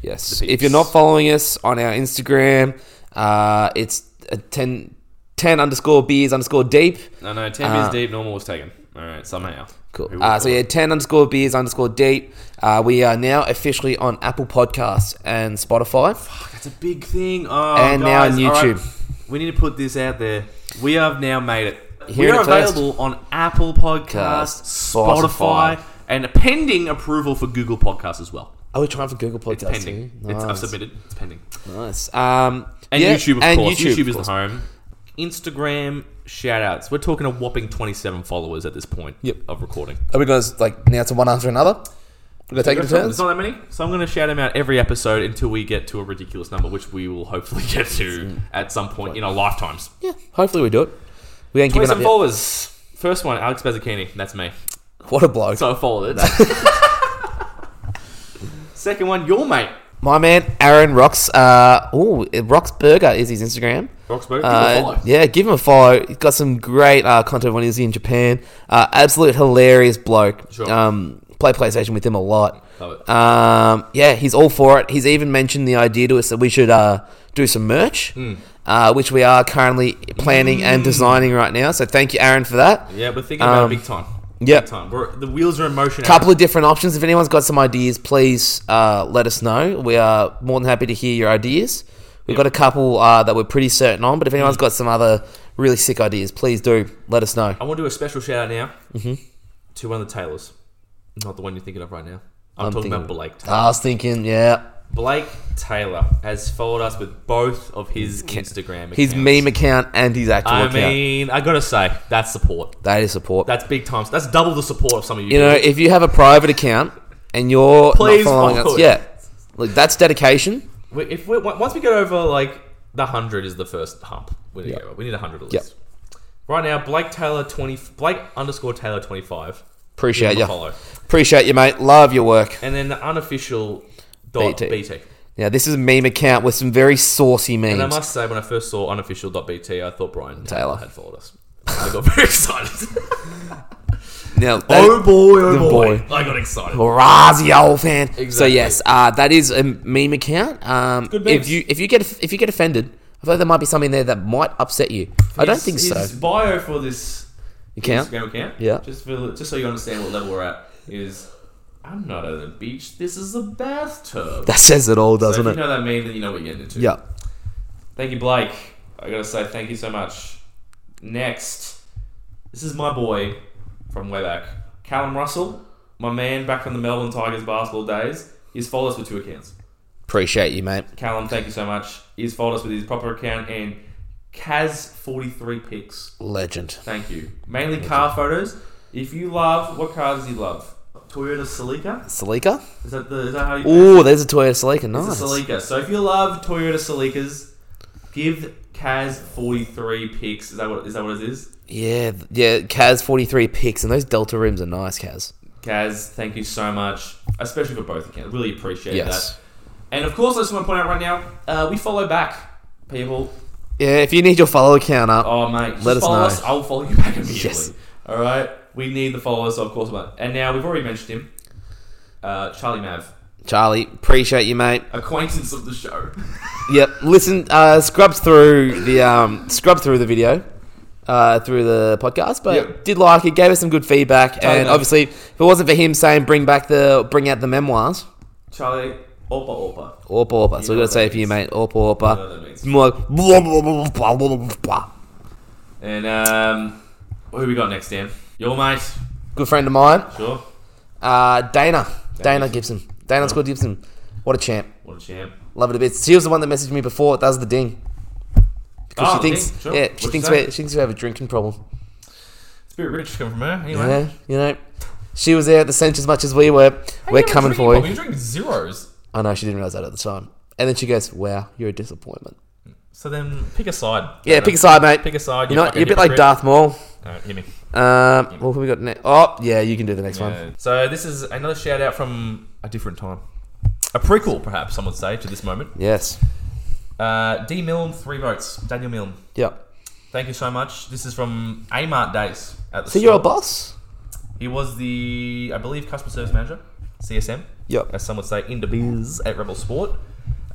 Yes.
The peeps.
If you're not following us on our Instagram, uh, it's a 10, 10 underscore beers underscore deep.
No, no, ten beers deep. Normal was taken. All right, somehow.
Uh, Cool.
Who would
Uh, so
have
yeah, ten underscore beers underscore deep. Uh, we are now officially on Apple Podcasts and Spotify.
thought? That's a big thing. Oh,
And now on
guys, all right.
YouTube.
we need to put this out there. We have now made it.
Hearing
we are
it first.
available on Apple Podcast,
Cast,
Spotify,
Spotify.
and pending approval for Google Podcasts as well.
Are we Oh, trying for Google
It's
Podcasts?
pending.
too?
It's, I've
Nice.
submitted. It's pending.
nice. Um,
And
yeah,
YouTube, of
and
course. YouTube,
YouTube,
is
of course.
the home. Instagram shout outs. We're talking a whopping 27 followers at this point
Yep. Oh,
of recording.
Are we going to like now to one after another? They're taking
There's
turns.
not that many.
So I'm going to shout him out every episode until we get to a ridiculous number, which we will hopefully get to at some point in our lifetimes.
Yeah, hopefully we do it. We ain't giving
Twenty-seven
up. yet.
followers. First one, Alex Bazzacchini. That's me.
What a bloke.
So I followed it. Second one, your mate.
My man Aaron Rocks. Uh, ooh, Rocks Burger is his Instagram.
Roxburgh.
Uh, yeah, give him a follow. He's got some great uh, content when he was in Japan. Uh, absolute hilarious bloke.
Sure.
Um, play PlayStation with him a lot.
Love it.
Um, yeah, he's all for it. He's even mentioned the idea to us that we should uh, do some merch,
Hmm.
uh, which we are currently planning and designing right now. So thank you, Aaron, for that.
yeah, we're thinking about
um,
it big time.
yeah.
Big time. We're, the wheels are in motion.
couple of different options. If anyone's got some ideas, please uh, let us know. We are more than happy to hear your ideas. We've got a couple uh, that we're pretty certain on, but if
Mm.
anyone's got some other really sick ideas, please do let us know.
I want to do a special shout out now
Mm-hmm.
to one of the Taylors. Not the one you're thinking of right now. I'm,
I'm
talking about
thinking-
Blake Taylor.
I was thinking, yeah,
Blake Taylor has followed us with both of his Instagram accounts.
his meme account and his actual
I
account.
mean, I gotta say, that's support.
that is support.
That's big time. That's double the support of some of you.
you know,
people.
if you have a private account and you're
Please
not following
follow
us,
it.
yeah, look, that's dedication.
We- if we once we get over like the hundred is the first hump. We need, to go. we need hundred at
Yep.
least. Right now, Blake Taylor twenty, Blake underscore Taylor twenty five.
Appreciate you,
Follow,
appreciate you, mate. Love your work.
and then the unofficial dot
BT.
BT.
Yeah, this is a meme account with some very saucy memes.
And I must say, when I first saw unofficial dot BT, I thought Brian
Taylor.
Taylor had followed us. I got very excited.
now, that-
oh boy, oh
the
boy.
boy.
I got excited.
Razi old fan. So
Exactly.
yes, uh, that is a meme account. Um,
Good
if
memes.
you if you get if you get offended, I thought there might be something there that might upset you. I don't
His-
think so.
His bio for this
Account.
Instagram account.
Yeah.
Just for just so you understand what level we're at is. I'm not at the beach. This is a bathtub.
That says it all,
So
doesn't
if
it?
you know that meme, then you know what you're getting into.
yeah.
Thank you, Blake. I gotta say thank you so much. Next, this is my boy from way back, Callum Russell, my man back from the Melbourne Tigers basketball days. He's followed us with two accounts.
Appreciate you, mate.
Callum, thank you so much. He's followed us with his proper account and Kaz43 picks.
Legend.
Thank you. Mainly car photos. If you love, what cars do you love? Toyota Celica?
Salika.
Is that, the, is that how you
Ooh, there's a Toyota Salika.
It's
Nice.
a Celica. So if you love Toyota Celicas, give Kaz 43 picks. Is that what is that what it is?
Yeah, th- yeah. Kaz forty three picks, and those Delta rims are nice, Kaz.
Kaz, thank you so much, especially for both accounts. Really appreciate
Yes.
that. And of course, I just want to point out right now, uh, we follow back people.
Yeah, if you need your follow account up,
Oh mate, just
Let us
follow
know.
us. I'll follow you back immediately.
Yes.
All right, we need the followers, so of course. But and now we've already mentioned him, uh, Charlie Mav,
Charlie, appreciate you, mate.
acquaintance of the show.
Yep. Listen, uh, scrub through the um, scrub through the video, uh, through the podcast, but
Yep.
did like it, gave us some good feedback, and
Totally.
obviously, if it wasn't for him saying bring back the bring out the memoirs,
Charlie, Orpa Orpa.
orpa orpa. So we
know
got
what
to say
that
for you, mate,
means.
orpa
You know
orpa.
what that means.
It's more like blah, blah, blah, blah, blah, blah, blah.
And um, who we got next, Dan? Your mate,
Good friend of mine,
sure.
uh, Dana, Dana
Gibson.
Gibson, Dana Scott Gibson. What a champ!
What a champ!
Love it a bit. She was the one that messaged me before. That was the ding. Because
Oh,
she
the
thinks,
ding, sure.
yeah,
What'd
she
she
thinks,
say?
we, she thinks we have a drinking problem.
It's a bit rich coming from her. Anyway,
Yeah, you know, she was there at the cinch as much as we were. We're coming for you.
You're drinking Oh, zeros.
I know she didn't realize that at the time. And then she goes, "Wow, you're a disappointment."
So then pick a side.
Yeah,
Dana.
pick a side, mate.
Pick a side.
You're, not,
fucking
you're a bit like Darth
hypocrite.
Maul.
Alright, hit me.
Um, what have we got next? Oh, yeah, you can do the next
Yeah. So this is another shout out from a different time, a prequel, perhaps some would say, to this moment.
one. Yes.
Uh, D Milne, three votes. Daniel Milne,
Yep.
thank you so much. This is from Amart Days. At the
So you're a
store.
boss.
He was the, I believe, customer service manager, CSM.
Yep.
As some would say, in the biz at Rebel Sport.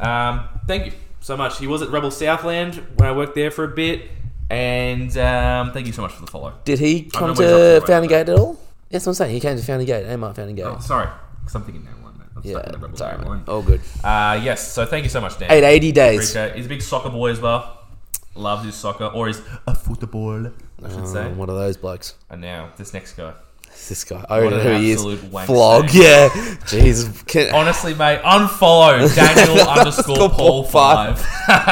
Um, thank you so much. He was at Rebel Southland when I worked there for a bit, and um, thank you so much for the follow.
Did he
know
come
he's up to
to
it,
Founding
but-
Gate at all? Yes, I'm saying he came to Founding Gate. Amar Founding Gate.
Oh, sorry, 'cause I'm thinking that one. mate. I'm stuck in the
yeah,
Rebel
sorry,
Southland
mate.
one.
All good.
Uh, yes, so thank you so much, Dan.
Eight eighty days.
Appreciate it. He's a big soccer boy as well. Loves his soccer, or his a football, I should say.
Oh, one of those blokes.
And now this next guy.
It's This guy. I don't know
an
who he is.
absolute wank
Flog.
stain.
Yeah. Jeez. Can-
Honestly, mate, unfollow Daniel underscore Paul five,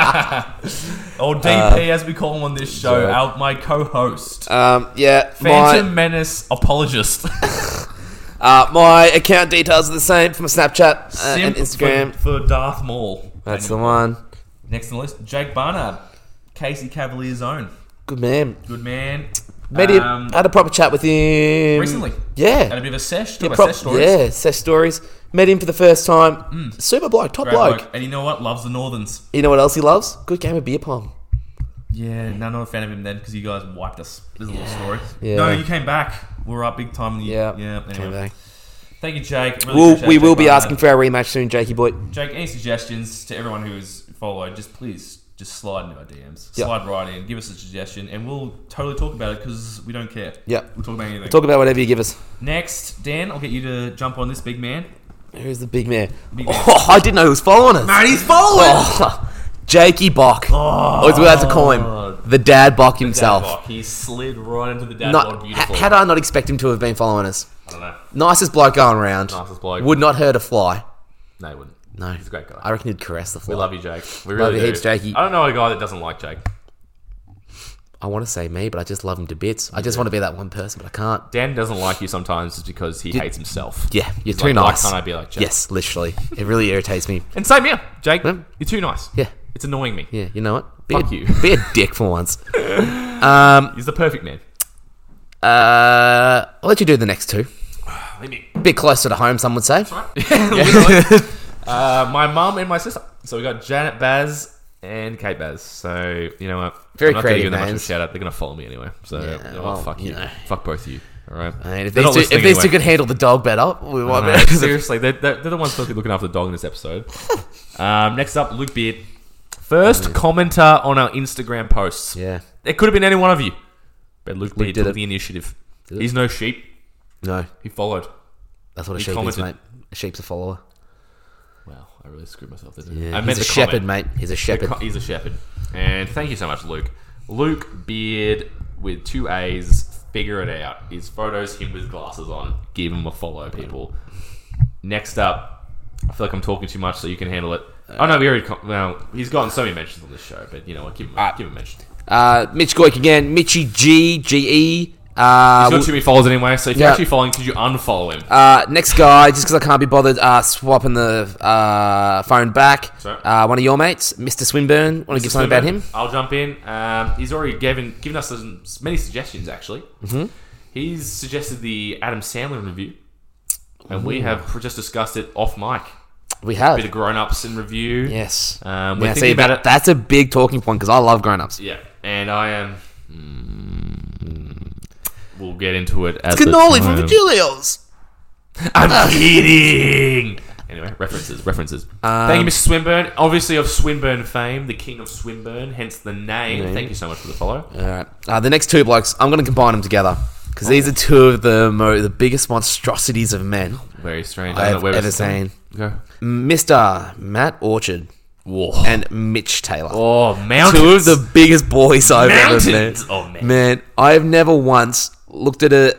or DP as we call him on this show.
Uh, sorry.
Our, my co-host,
Um, yeah. my-
Phantom Menace apologist.
Uh, my account details are the same for my Snapchat uh,
Simp
and Instagram.
for, for Darth Maul.
That's the
And
one.
Next on the list, Jake Barnard, Casey Cavalier's own
Good man.
good man.
Met him.
Um,
had a proper chat with him
recently.
Yeah.
had a bit of a sesh. Talk
Yeah,
about
prop-
sesh stories. Mm.
yeah, sesh stories. Met him for the first time. Super bloke, top
Great
bloke.
bloke. And you know what? Loves the Northerns.
You know what else he loves? Good game of beer pong.
Yeah, no, not a fan of him then because you guys wiped us. There's a little story.
Yeah.
No, you came back. We were up big time. And you,
Yeah,
Yeah.
Came
Anyway.
back.
Thank you, Jake. Really
We'll,
appreciate
we
Jake
will be
Barnard.
asking for our rematch soon, Jakey boy.
Jake, any suggestions to everyone who is followed? Just please, just slide into our DMs.
Yeah.
Slide right in. Give us a suggestion, and we'll totally talk about it because we don't care.
Yeah.
We'll talk about anything.
Talk about whatever you give us.
Next, Dan, I'll get you to jump on this big man.
Who's the big man?
Big man.
Oh, I didn't know who was following us.
Mate, he's following.
Oh, Jakey Bock. Oh, as we like to call
Oh,
him, the Dad Bock himself.
Dadbot. He slid right into the dad bod
Not,
beautifully.
ha- had I not expected him to have been following us.
I don't know.
Nicest bloke going around.
Nicest bloke.
Would not hurt a fly.
No, he wouldn't.
No,
He's a great guy.
I reckon he'd caress the fly.
we love you, Jake. We
Love
really
you
do.
heaps, Jakey.
I don't know a guy that doesn't like Jake.
I want to say me, but I just love him to bits. I just want to be that one person, but I can't.
Dan doesn't like you sometimes just because he hates himself.
Yeah, you're
He's
too
like,
nice.
Why can't I be like Jake?
Yes, literally. It really irritates me.
And same here, Jake.
Yeah.
You're too nice.
Yeah.
It's annoying me.
Yeah, you know what? Be
Fuck
a,
you.
Be a dick for once.
He's the perfect man.
Uh, I'll let you do the next two.
Leave me.
bit closer to home, some would say.
Literally. uh, my mum and my sister. So we got Janet Baz and Kate Baz. So you know what?
Very
I'm not gonna
creative
give them much of a
names.
shout out. They're gonna follow me anyway. So
Yeah,
oh,
well,
fuck you.
you know.
Fuck both of you. All right.
I mean, if these,
They're not
two, if
listening
these two
anyway.
could handle the dog better, we might
No,
be able to.
seriously, they're, they're, they're the ones supposed to be looking after the dog in this episode. um, next up, Luke Beard. First commenter on our Instagram posts.
Yeah.
It could have been any one of you. But Luke Beard
did
took
it.
the initiative.
Did it.
He's no sheep.
No,
He followed.
that's what a
He
sheep
commented.
is, mate. A sheep's a follower.
Wow, I really screwed myself there.
Yeah,
I
he's
meant
a
the
shepherd,
comment.
mate. He's a
The
shepherd.
co- he's a shepherd. And thank you so much, Luke. Luke Beard with two A's. Figure it out. His photos, him with glasses on. Give him a follow, people. Next up, I feel like I'm talking too much, so you can handle it. oh no, we already. Com- well, he's gotten so many mentions on this show, but you know what? Give him, give him a mention.
Uh, Mitch Goik again. Mitchy G G E. Uh,
He's got
w-
too many followers anyway, so if you're
Yeah.
actually following, could you unfollow him?
uh, next guy, just because I can't be bothered uh, swapping the uh, phone back.
Sorry.
Uh, one of your mates, Mr. Swinburne. Want to give something about him?
I'll jump in. Um, he's already given given us some, many suggestions. Actually, mm-hmm. he's suggested the Adam Sandler review, and we have pr- just discussed it off mic.
We
Bit of
have.
grown ups in review.
Yes.
Um, we're
Yeah,
thinking
see,
about
that-
it.
That's a big talking point because I love grown ups.
Yeah, and I am. hmm, We'll get into it. As
Cannoli from the Julios.
I'm kidding. Anyway, references, references.
Um,
Thank you, Mr. Swinburne. Obviously of Swinburne fame, the king of Swinburne, hence the name. Thank you so much for the follow.
All right. Uh, the next two blokes, I'm going to combine them together because these are two of the mo- the biggest monstrosities of men
Very strange.
I
don't know
have
where
ever
it's coming.
seen.
Go.
Mr. Matt Orchard
Whoa.
and Mitch Taylor.
Oh, mountains.
Two of the biggest boys I've
mountains Oh,
ever
of
met.
men.
Man, I've never once looked at a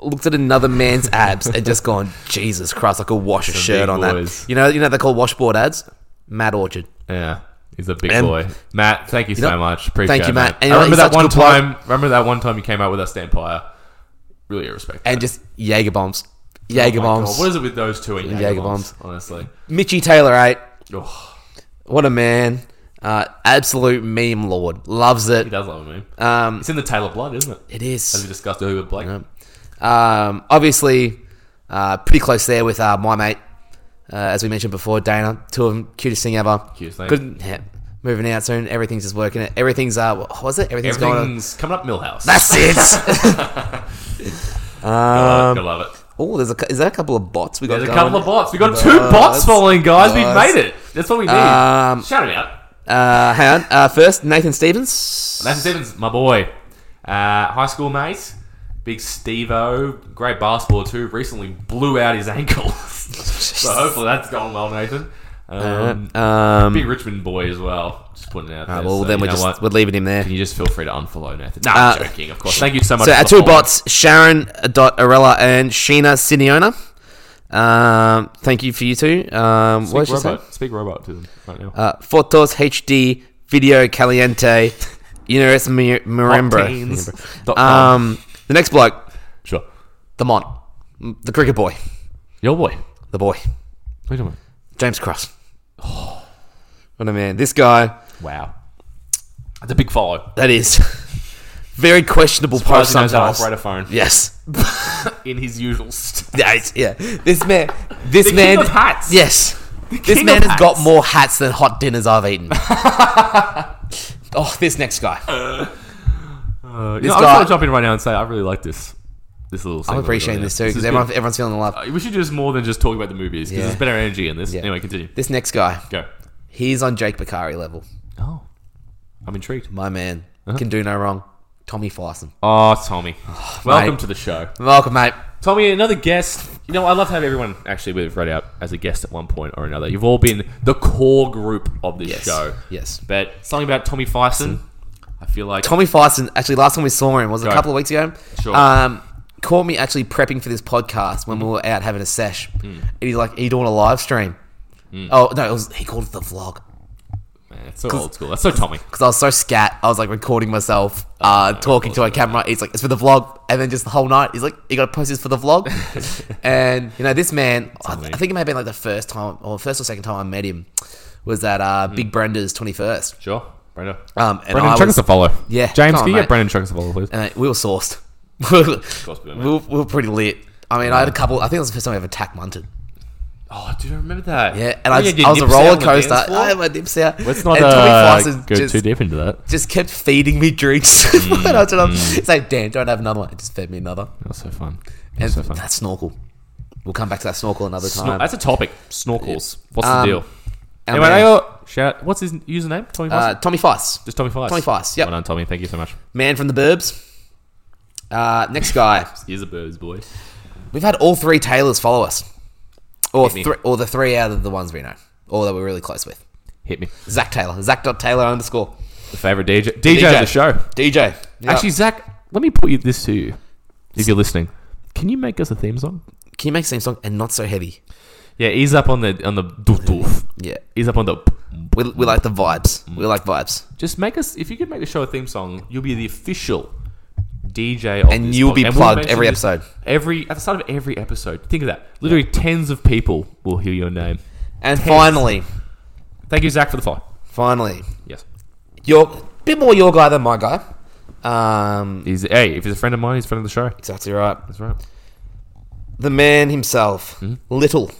looked at another man's abs and just gone, Jesus Christ, I could wash a shirt
big
on
boys.
that. You know, you know they call washboard ads? Matt Orchard.
Yeah. He's a big
And-
boy. Matt, thank you so
know-
much. Appreciate
Thank you,
it,
Matt. And you
I
know,
remember
he's
that
such a
one
good bloke.
time. Remember that one time you came out with us, Stampire. Really respect.
And
that.
just Jaeger bombs.
Oh my
Jaeger bombs.
God, What is it with those two and Jager
Jager
bombs? Honestly.
Mitchy Taylor, eight.
Oh,
What a man. Uh, absolute meme lord. Loves
he
it.
does love me.
Um,
It's in the tail of blood, isn't it?
it
As we
is.
discussed earlier with Blake.
Um, obviously, uh, pretty close there with uh, my mate, uh, as we mentioned before, Dana. Two of them, cutest thing ever.
Cutest thing.
Good. Yeah, moving out soon. Everything's just working. It. Everything's uh, what was it? Everything's, going. On.
Everything's coming up Millhouse.
That's it.
I love it.
oh, there's a cou- is that a couple of bots we got?
There's a
going?
couple of bots. We got two bots
Bots.
following, guys. We've
Guys.
made it. That's what we need.
Um,
Shout it out.
Uh, hang on. Uh, first, Nathan Stevens.
Nathan Stevens, my boy. Uh, high school mate. Big Steve-O. Great basketballer too. Recently blew out his ankle. so hopefully that's gone well, Nathan. Um,
Uh, um,
big Richmond boy as well. Just putting it out there.
uh, well,
So
then
you
we're
know
just
what?
we're leaving him there.
You just feel free to unfollow Nathan. No,
Uh,
I'm joking, of course. Thank you so much.
So
for
our
the
two
follow.
bots, Sharon uh, dot Arella and Sheena Sineona. Um, thank you for you two. Um, what did
Speak
she say?
robot. Speak robot to them right now.
Uh, Fotos HD Video Caliente Universe Mirembra.
Hotteens dot com.
Um, the next bloke,
sure.
the Mont. The cricket boy.
Your boy. What
The boy.
are you talking
James Cross. What a man. This guy,
about? Wow. That's a big follow.
that is very questionable post
Surprised he knows how to
sometimes.
operate a phone.
Yes.
In his usual st-
Yeah, it's- yeah. This man. This
king
man.
of hats.
Yes. This
king
man
of
has got
hats.
more hats than hot dinners I've eaten. oh, this next guy.
Uh,
This
you know, I'm
guy-
just gonna jump in right now and say I really like this. This little.
I'm
segment we're
appreciating
doing
this
here.
too because
is
everyone,
good.
everyone's feeling the love.
Uh, we should do this more than just talk about the movies because
Yeah.
there's better energy in this. Anyway, continue.
This next guy,
Go.
he's on Jake Bakari level.
Oh, I'm intrigued.
My man
Uh-huh.
can do no wrong. Tommy Flyson.
Oh, Tommy, welcome
mate.
to the show.
Welcome, mate.
Tommy, another guest. You know, I love to have everyone actually we've read out as a guest at one point or another. You've all been the core group of this
Yes.
show.
Yes.
But something about Tommy Fyson, I feel like
Tommy Fyson, actually, last time we saw him was a
Right.
couple of weeks ago.
Sure.
Um, caught me actually prepping for this podcast when we were out having a sesh.
Hmm.
And he's like, Are you doing a live stream? Oh, no, it was, he called it the vlog.
Man, it's so old school. That's so Tommy.
Because I was so scat, I was like recording myself,
Oh,
uh, talking to a camera. He's like, It's for the vlog. And then just the whole night, he's like, You got to post this for the vlog. and, you know, this man, I, I
amazing.
think it may have been like the first time, or first or second time I met him, was at uh, Big Brenda's 21st.
Sure, Brenda.
Um, and
Hmm. Brendan,
I
chuck
was-
us a follow.
Yeah,
James,
come
can
on,
you
mate.
get Brendan chuck us a follow, please?
and we were sourced.
we
we,
were,
were, we were pretty lit. I mean, I had a couple. I think it was the first time I ever tack munted.
Oh, dude, I remember that. Oh,
Yeah, and I,
Yeah,
was,
you
I was a
nips out on
roller
the dance
coaster. I
floor.
had my nips out.
Let's not
and Tommy
uh,
Flyson
go
just,
too deep into that.
just kept feeding me drinks.
Mm,
and I was just- It's like, damn, don't have another one. It just fed me another.
That was so fun. That
And
was so fun.
that snorkel. We'll come back to that snorkel another
Snor-
time.
that's a topic. Snorkels. What's
Um,
the deal?
And
Anyway,
then,
I got shout. What's his username? Tommy.
uh,
Fyson?
Tommy Fice,
just Tommy Fice.
Tommy Fyson, yep.
Well done, Tommy. Thank you so much.
man from the burbs. Uh, next guy.
He is a birds boy.
We've had all three Taylors follow us, or
Hit me.
three, or the three out of the ones we know, or that we're really close with.
Hit me.
Zach Taylor. Zach dot Taylor underscore.
The favorite DJ. DJ, of the show.
DJ. Yep.
Actually, Zach, let me put you this to you. If you're listening, can you make us a theme song?
can you make same song and not so heavy?
Yeah, ease up on the on the doof doof.
Yeah.
Ease up on the.
We, we like the vibes.
Mm.
We like vibes.
Just make us. If you could make the show a theme song, you'll be the official DJ. Of
And
this
you'll
podcast.
be
And
plugged
mention
every
this
episode.
Every at the start of every episode. Think of that. Literally tens of people will hear your name.
And finally,
Thank you, Zach, for the follow.
finally,
Yes.
you're a bit more your guy than my guy. Um,
He's hey, if he's a friend of mine, he's a friend of the show.
exactly right.
That's right.
The man himself,
Hmm?
little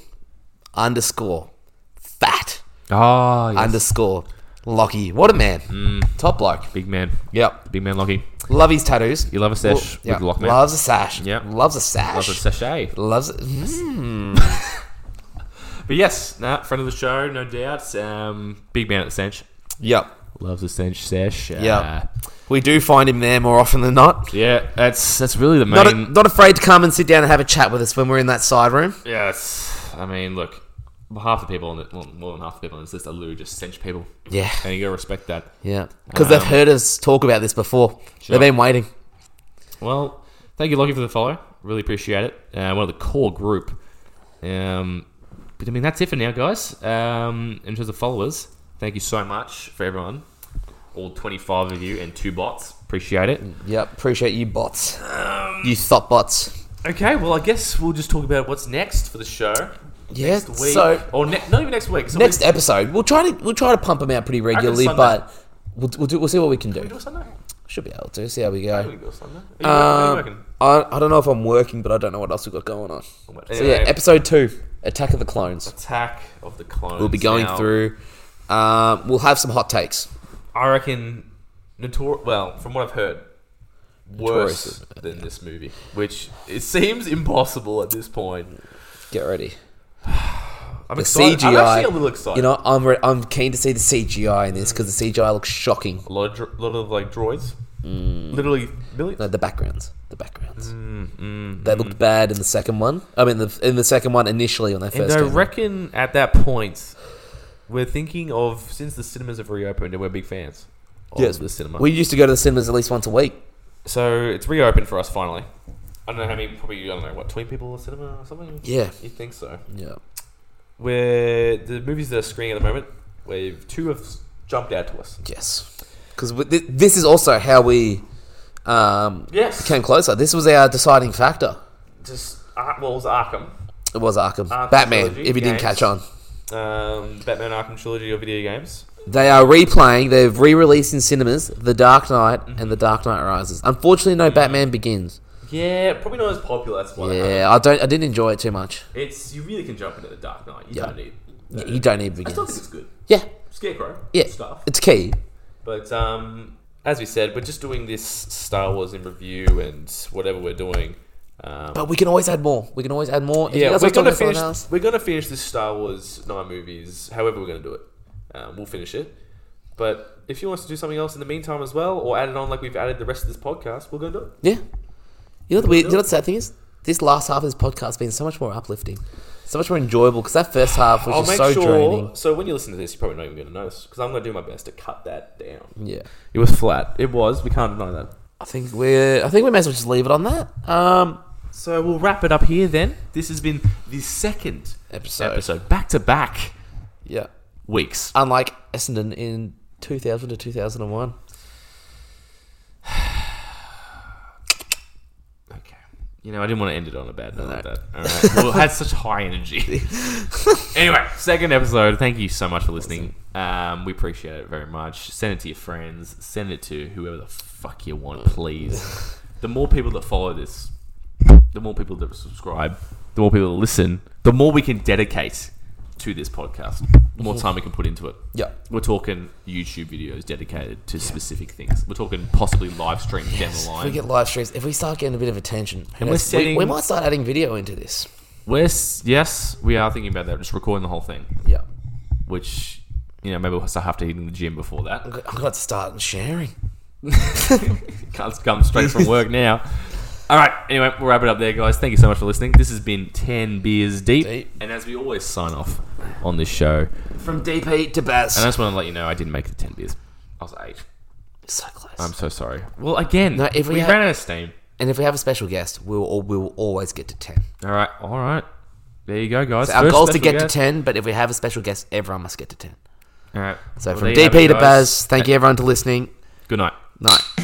underscore fat
Ah, yes. Hmm,
underscore Lockie. What a man. Top bloke.
big man.
Yep.
Big man Lockie.
Love his tattoos.
You love a sesh with Lock Man.
Loves a sash.
Yep.
Loves a sash.
Loves a eh? sachet.
Loves hmm? it.
But yes, nah, friend of the show, no doubt. Um, big man at the Sench.
Yep.
Loves the Sench Sesh. Uh,
Yeah. We do find him there more often than not.
Yeah, that's that's really the main.
Not, not afraid to come and sit down and have a chat with us when we're in that side room.
yeah, it's, I mean, look, half the people on it, well, more than half the people on this list are literally just Sench people.
Yeah.
And you gotta respect that.
Yeah. Because they've
Um,
heard us talk about this before.
Sure.
They've been waiting.
Well, thank you, Lockie, for the follow. Really appreciate it. Uh, one of the core group. Um, but I mean, that's it for now, guys. Um, in terms of followers, thank you so much for everyone. All 25 of you and two bots. Appreciate it.
Yep. Appreciate you, bots.
Um,
you thought bots.
Okay, well, I guess we'll just talk about what's next for the show.
Yeah.
Next week.
So
or ne- not even next week. So
next
we-
episode, we'll try to we'll try to pump them out pretty regularly,
Sunday.
but we'll, we'll do we'll see what we can
we do
do.
a Sunday?
Should be able to see how we
Can we
go.
do a Sunday? Are you, are you
Um,
working?
I, I don't know if I'm working, but I don't know what else we've got going on. So yeah,
Anyway,
episode two, Attack of the Clones.
Attack of the Clones.
We'll be going
now.
through. Um, we'll have some hot takes.
I reckon, notor- well, from what I've heard, worse than this movie, which it seems impossible at this point.
Get ready.
I'm
The
excited.
CGI.
I'm actually a little excited.
You know, I'm re- I'm keen to see the CGI in this because the CGI looks shocking.
a lot of, dr- lot of like droids,
Mm.
literally millions.
No, the backgrounds, the backgrounds.
Mm,
they looked bad in the second one. I mean, the, in the second one initially when they
And
first.
I
came out.
reckon at that point, we're thinking of since the cinemas have reopened, and we're big fans of
Yes.
the cinema.
We used to go to the cinemas at least once a week.
so it's reopened for us finally. I don't know how many, probably I don't know what twenty people in the cinema or something.
Yeah.
you think so?
Yeah.
Where the movies that are screening at the moment, we've two have s- jumped out to us.
Yes. Because th- this is also how we um,
Yes,
came closer. This was our deciding factor.
just Ar- well, it was Arkham.
It was Arkham.
Arkham
Batman,
trilogy,
if you didn't
games.
catch on.
Um, Batman Arkham trilogy or video games.
They are replaying, they've re released in cinemas The Dark Knight
Mm-hmm.
and The Dark Knight Rises. Unfortunately, no Batman Begins.
Yeah, probably not as popular. That's why.
Yeah, I don't. I didn't enjoy it too much.
It's you really can jump into the Dark Knight. You
Yeah.
don't need.
Y- You don't need
I still think
Begins.
it's good.
Yeah,
Scarecrow.
yeah,
Stuff.
it's key.
But um, as we said, we're just doing this Star Wars in review and whatever we're doing. Um,
But we can always add more. We can always add more. If you
yeah,
guys
we're
want talk
gonna
about something
finish.
else-
We're gonna finish this Star Wars nine movies. However, we're gonna do it. Um, we'll finish it. But if you want us to do something else in the meantime as well, or add it on like we've added the rest of this podcast, we're gonna do it.
Yeah. You know what the weird, you know what the sad thing is? This last half of this podcast has been so much more uplifting, so much more enjoyable because that first half was
I'll
just
make
so
sure.
draining.
So when you listen to this, you're probably not even gonna notice because I'm gonna do my best to cut that down.
Yeah.
It was flat. It was. We can't deny that.
I think we're. I think we may as well just leave it on that. Um.
So we'll wrap it up here then. This has been the second
Episode.
episode back to back
Yeah.
weeks.
Unlike Essendon in 2000 to 2001.
Okay. You know, I didn't want to end it on a bad note like that. All right. well, it had such high energy. anyway, second episode. Thank you so much for listening. Um, we appreciate it very much. Send it to your friends. Send it to whoever the fuck you want, please. the more people that follow this, the more people that subscribe, the more people that listen, the more we can dedicate to this podcast. The more time we can put into it.
Yeah.
We're talking YouTube videos dedicated to specific things. We're talking possibly live streams down the
If we
line.
get live streams, if we start getting a bit of attention, who
And we're
knows?
setting-
we, we might start adding video into this.
We're s- yes, we are thinking about that. Just recording the whole thing,
Yeah.
which you know maybe we'll start have to hit in the gym before that.
I'm going to start sharing.
Can't come straight from work now. All right. Anyway, we'll wrap it up there, guys. Thank you so much for listening. This has been Ten Beers Deep,
Deep.
and as we always sign off on this show,
From DP to
and I
Baz.
just want to let you know I didn't make the ten beers. I was eight.
So close.
I'm so sorry. Well, again,
No, if
we,
we had-
ran out of steam.
and if we have a special guest, we'll all, we'll always get to 10.
All right. All right. There you go, guys.
Our
First
goal is to
special
get
guest.
to 10, but if we have a special guest, everyone must get to 10.
All right.
So
Well,
from
there you have
DP
it,
to
guys.
Baz, thank you everyone for listening.
Good night.
Night.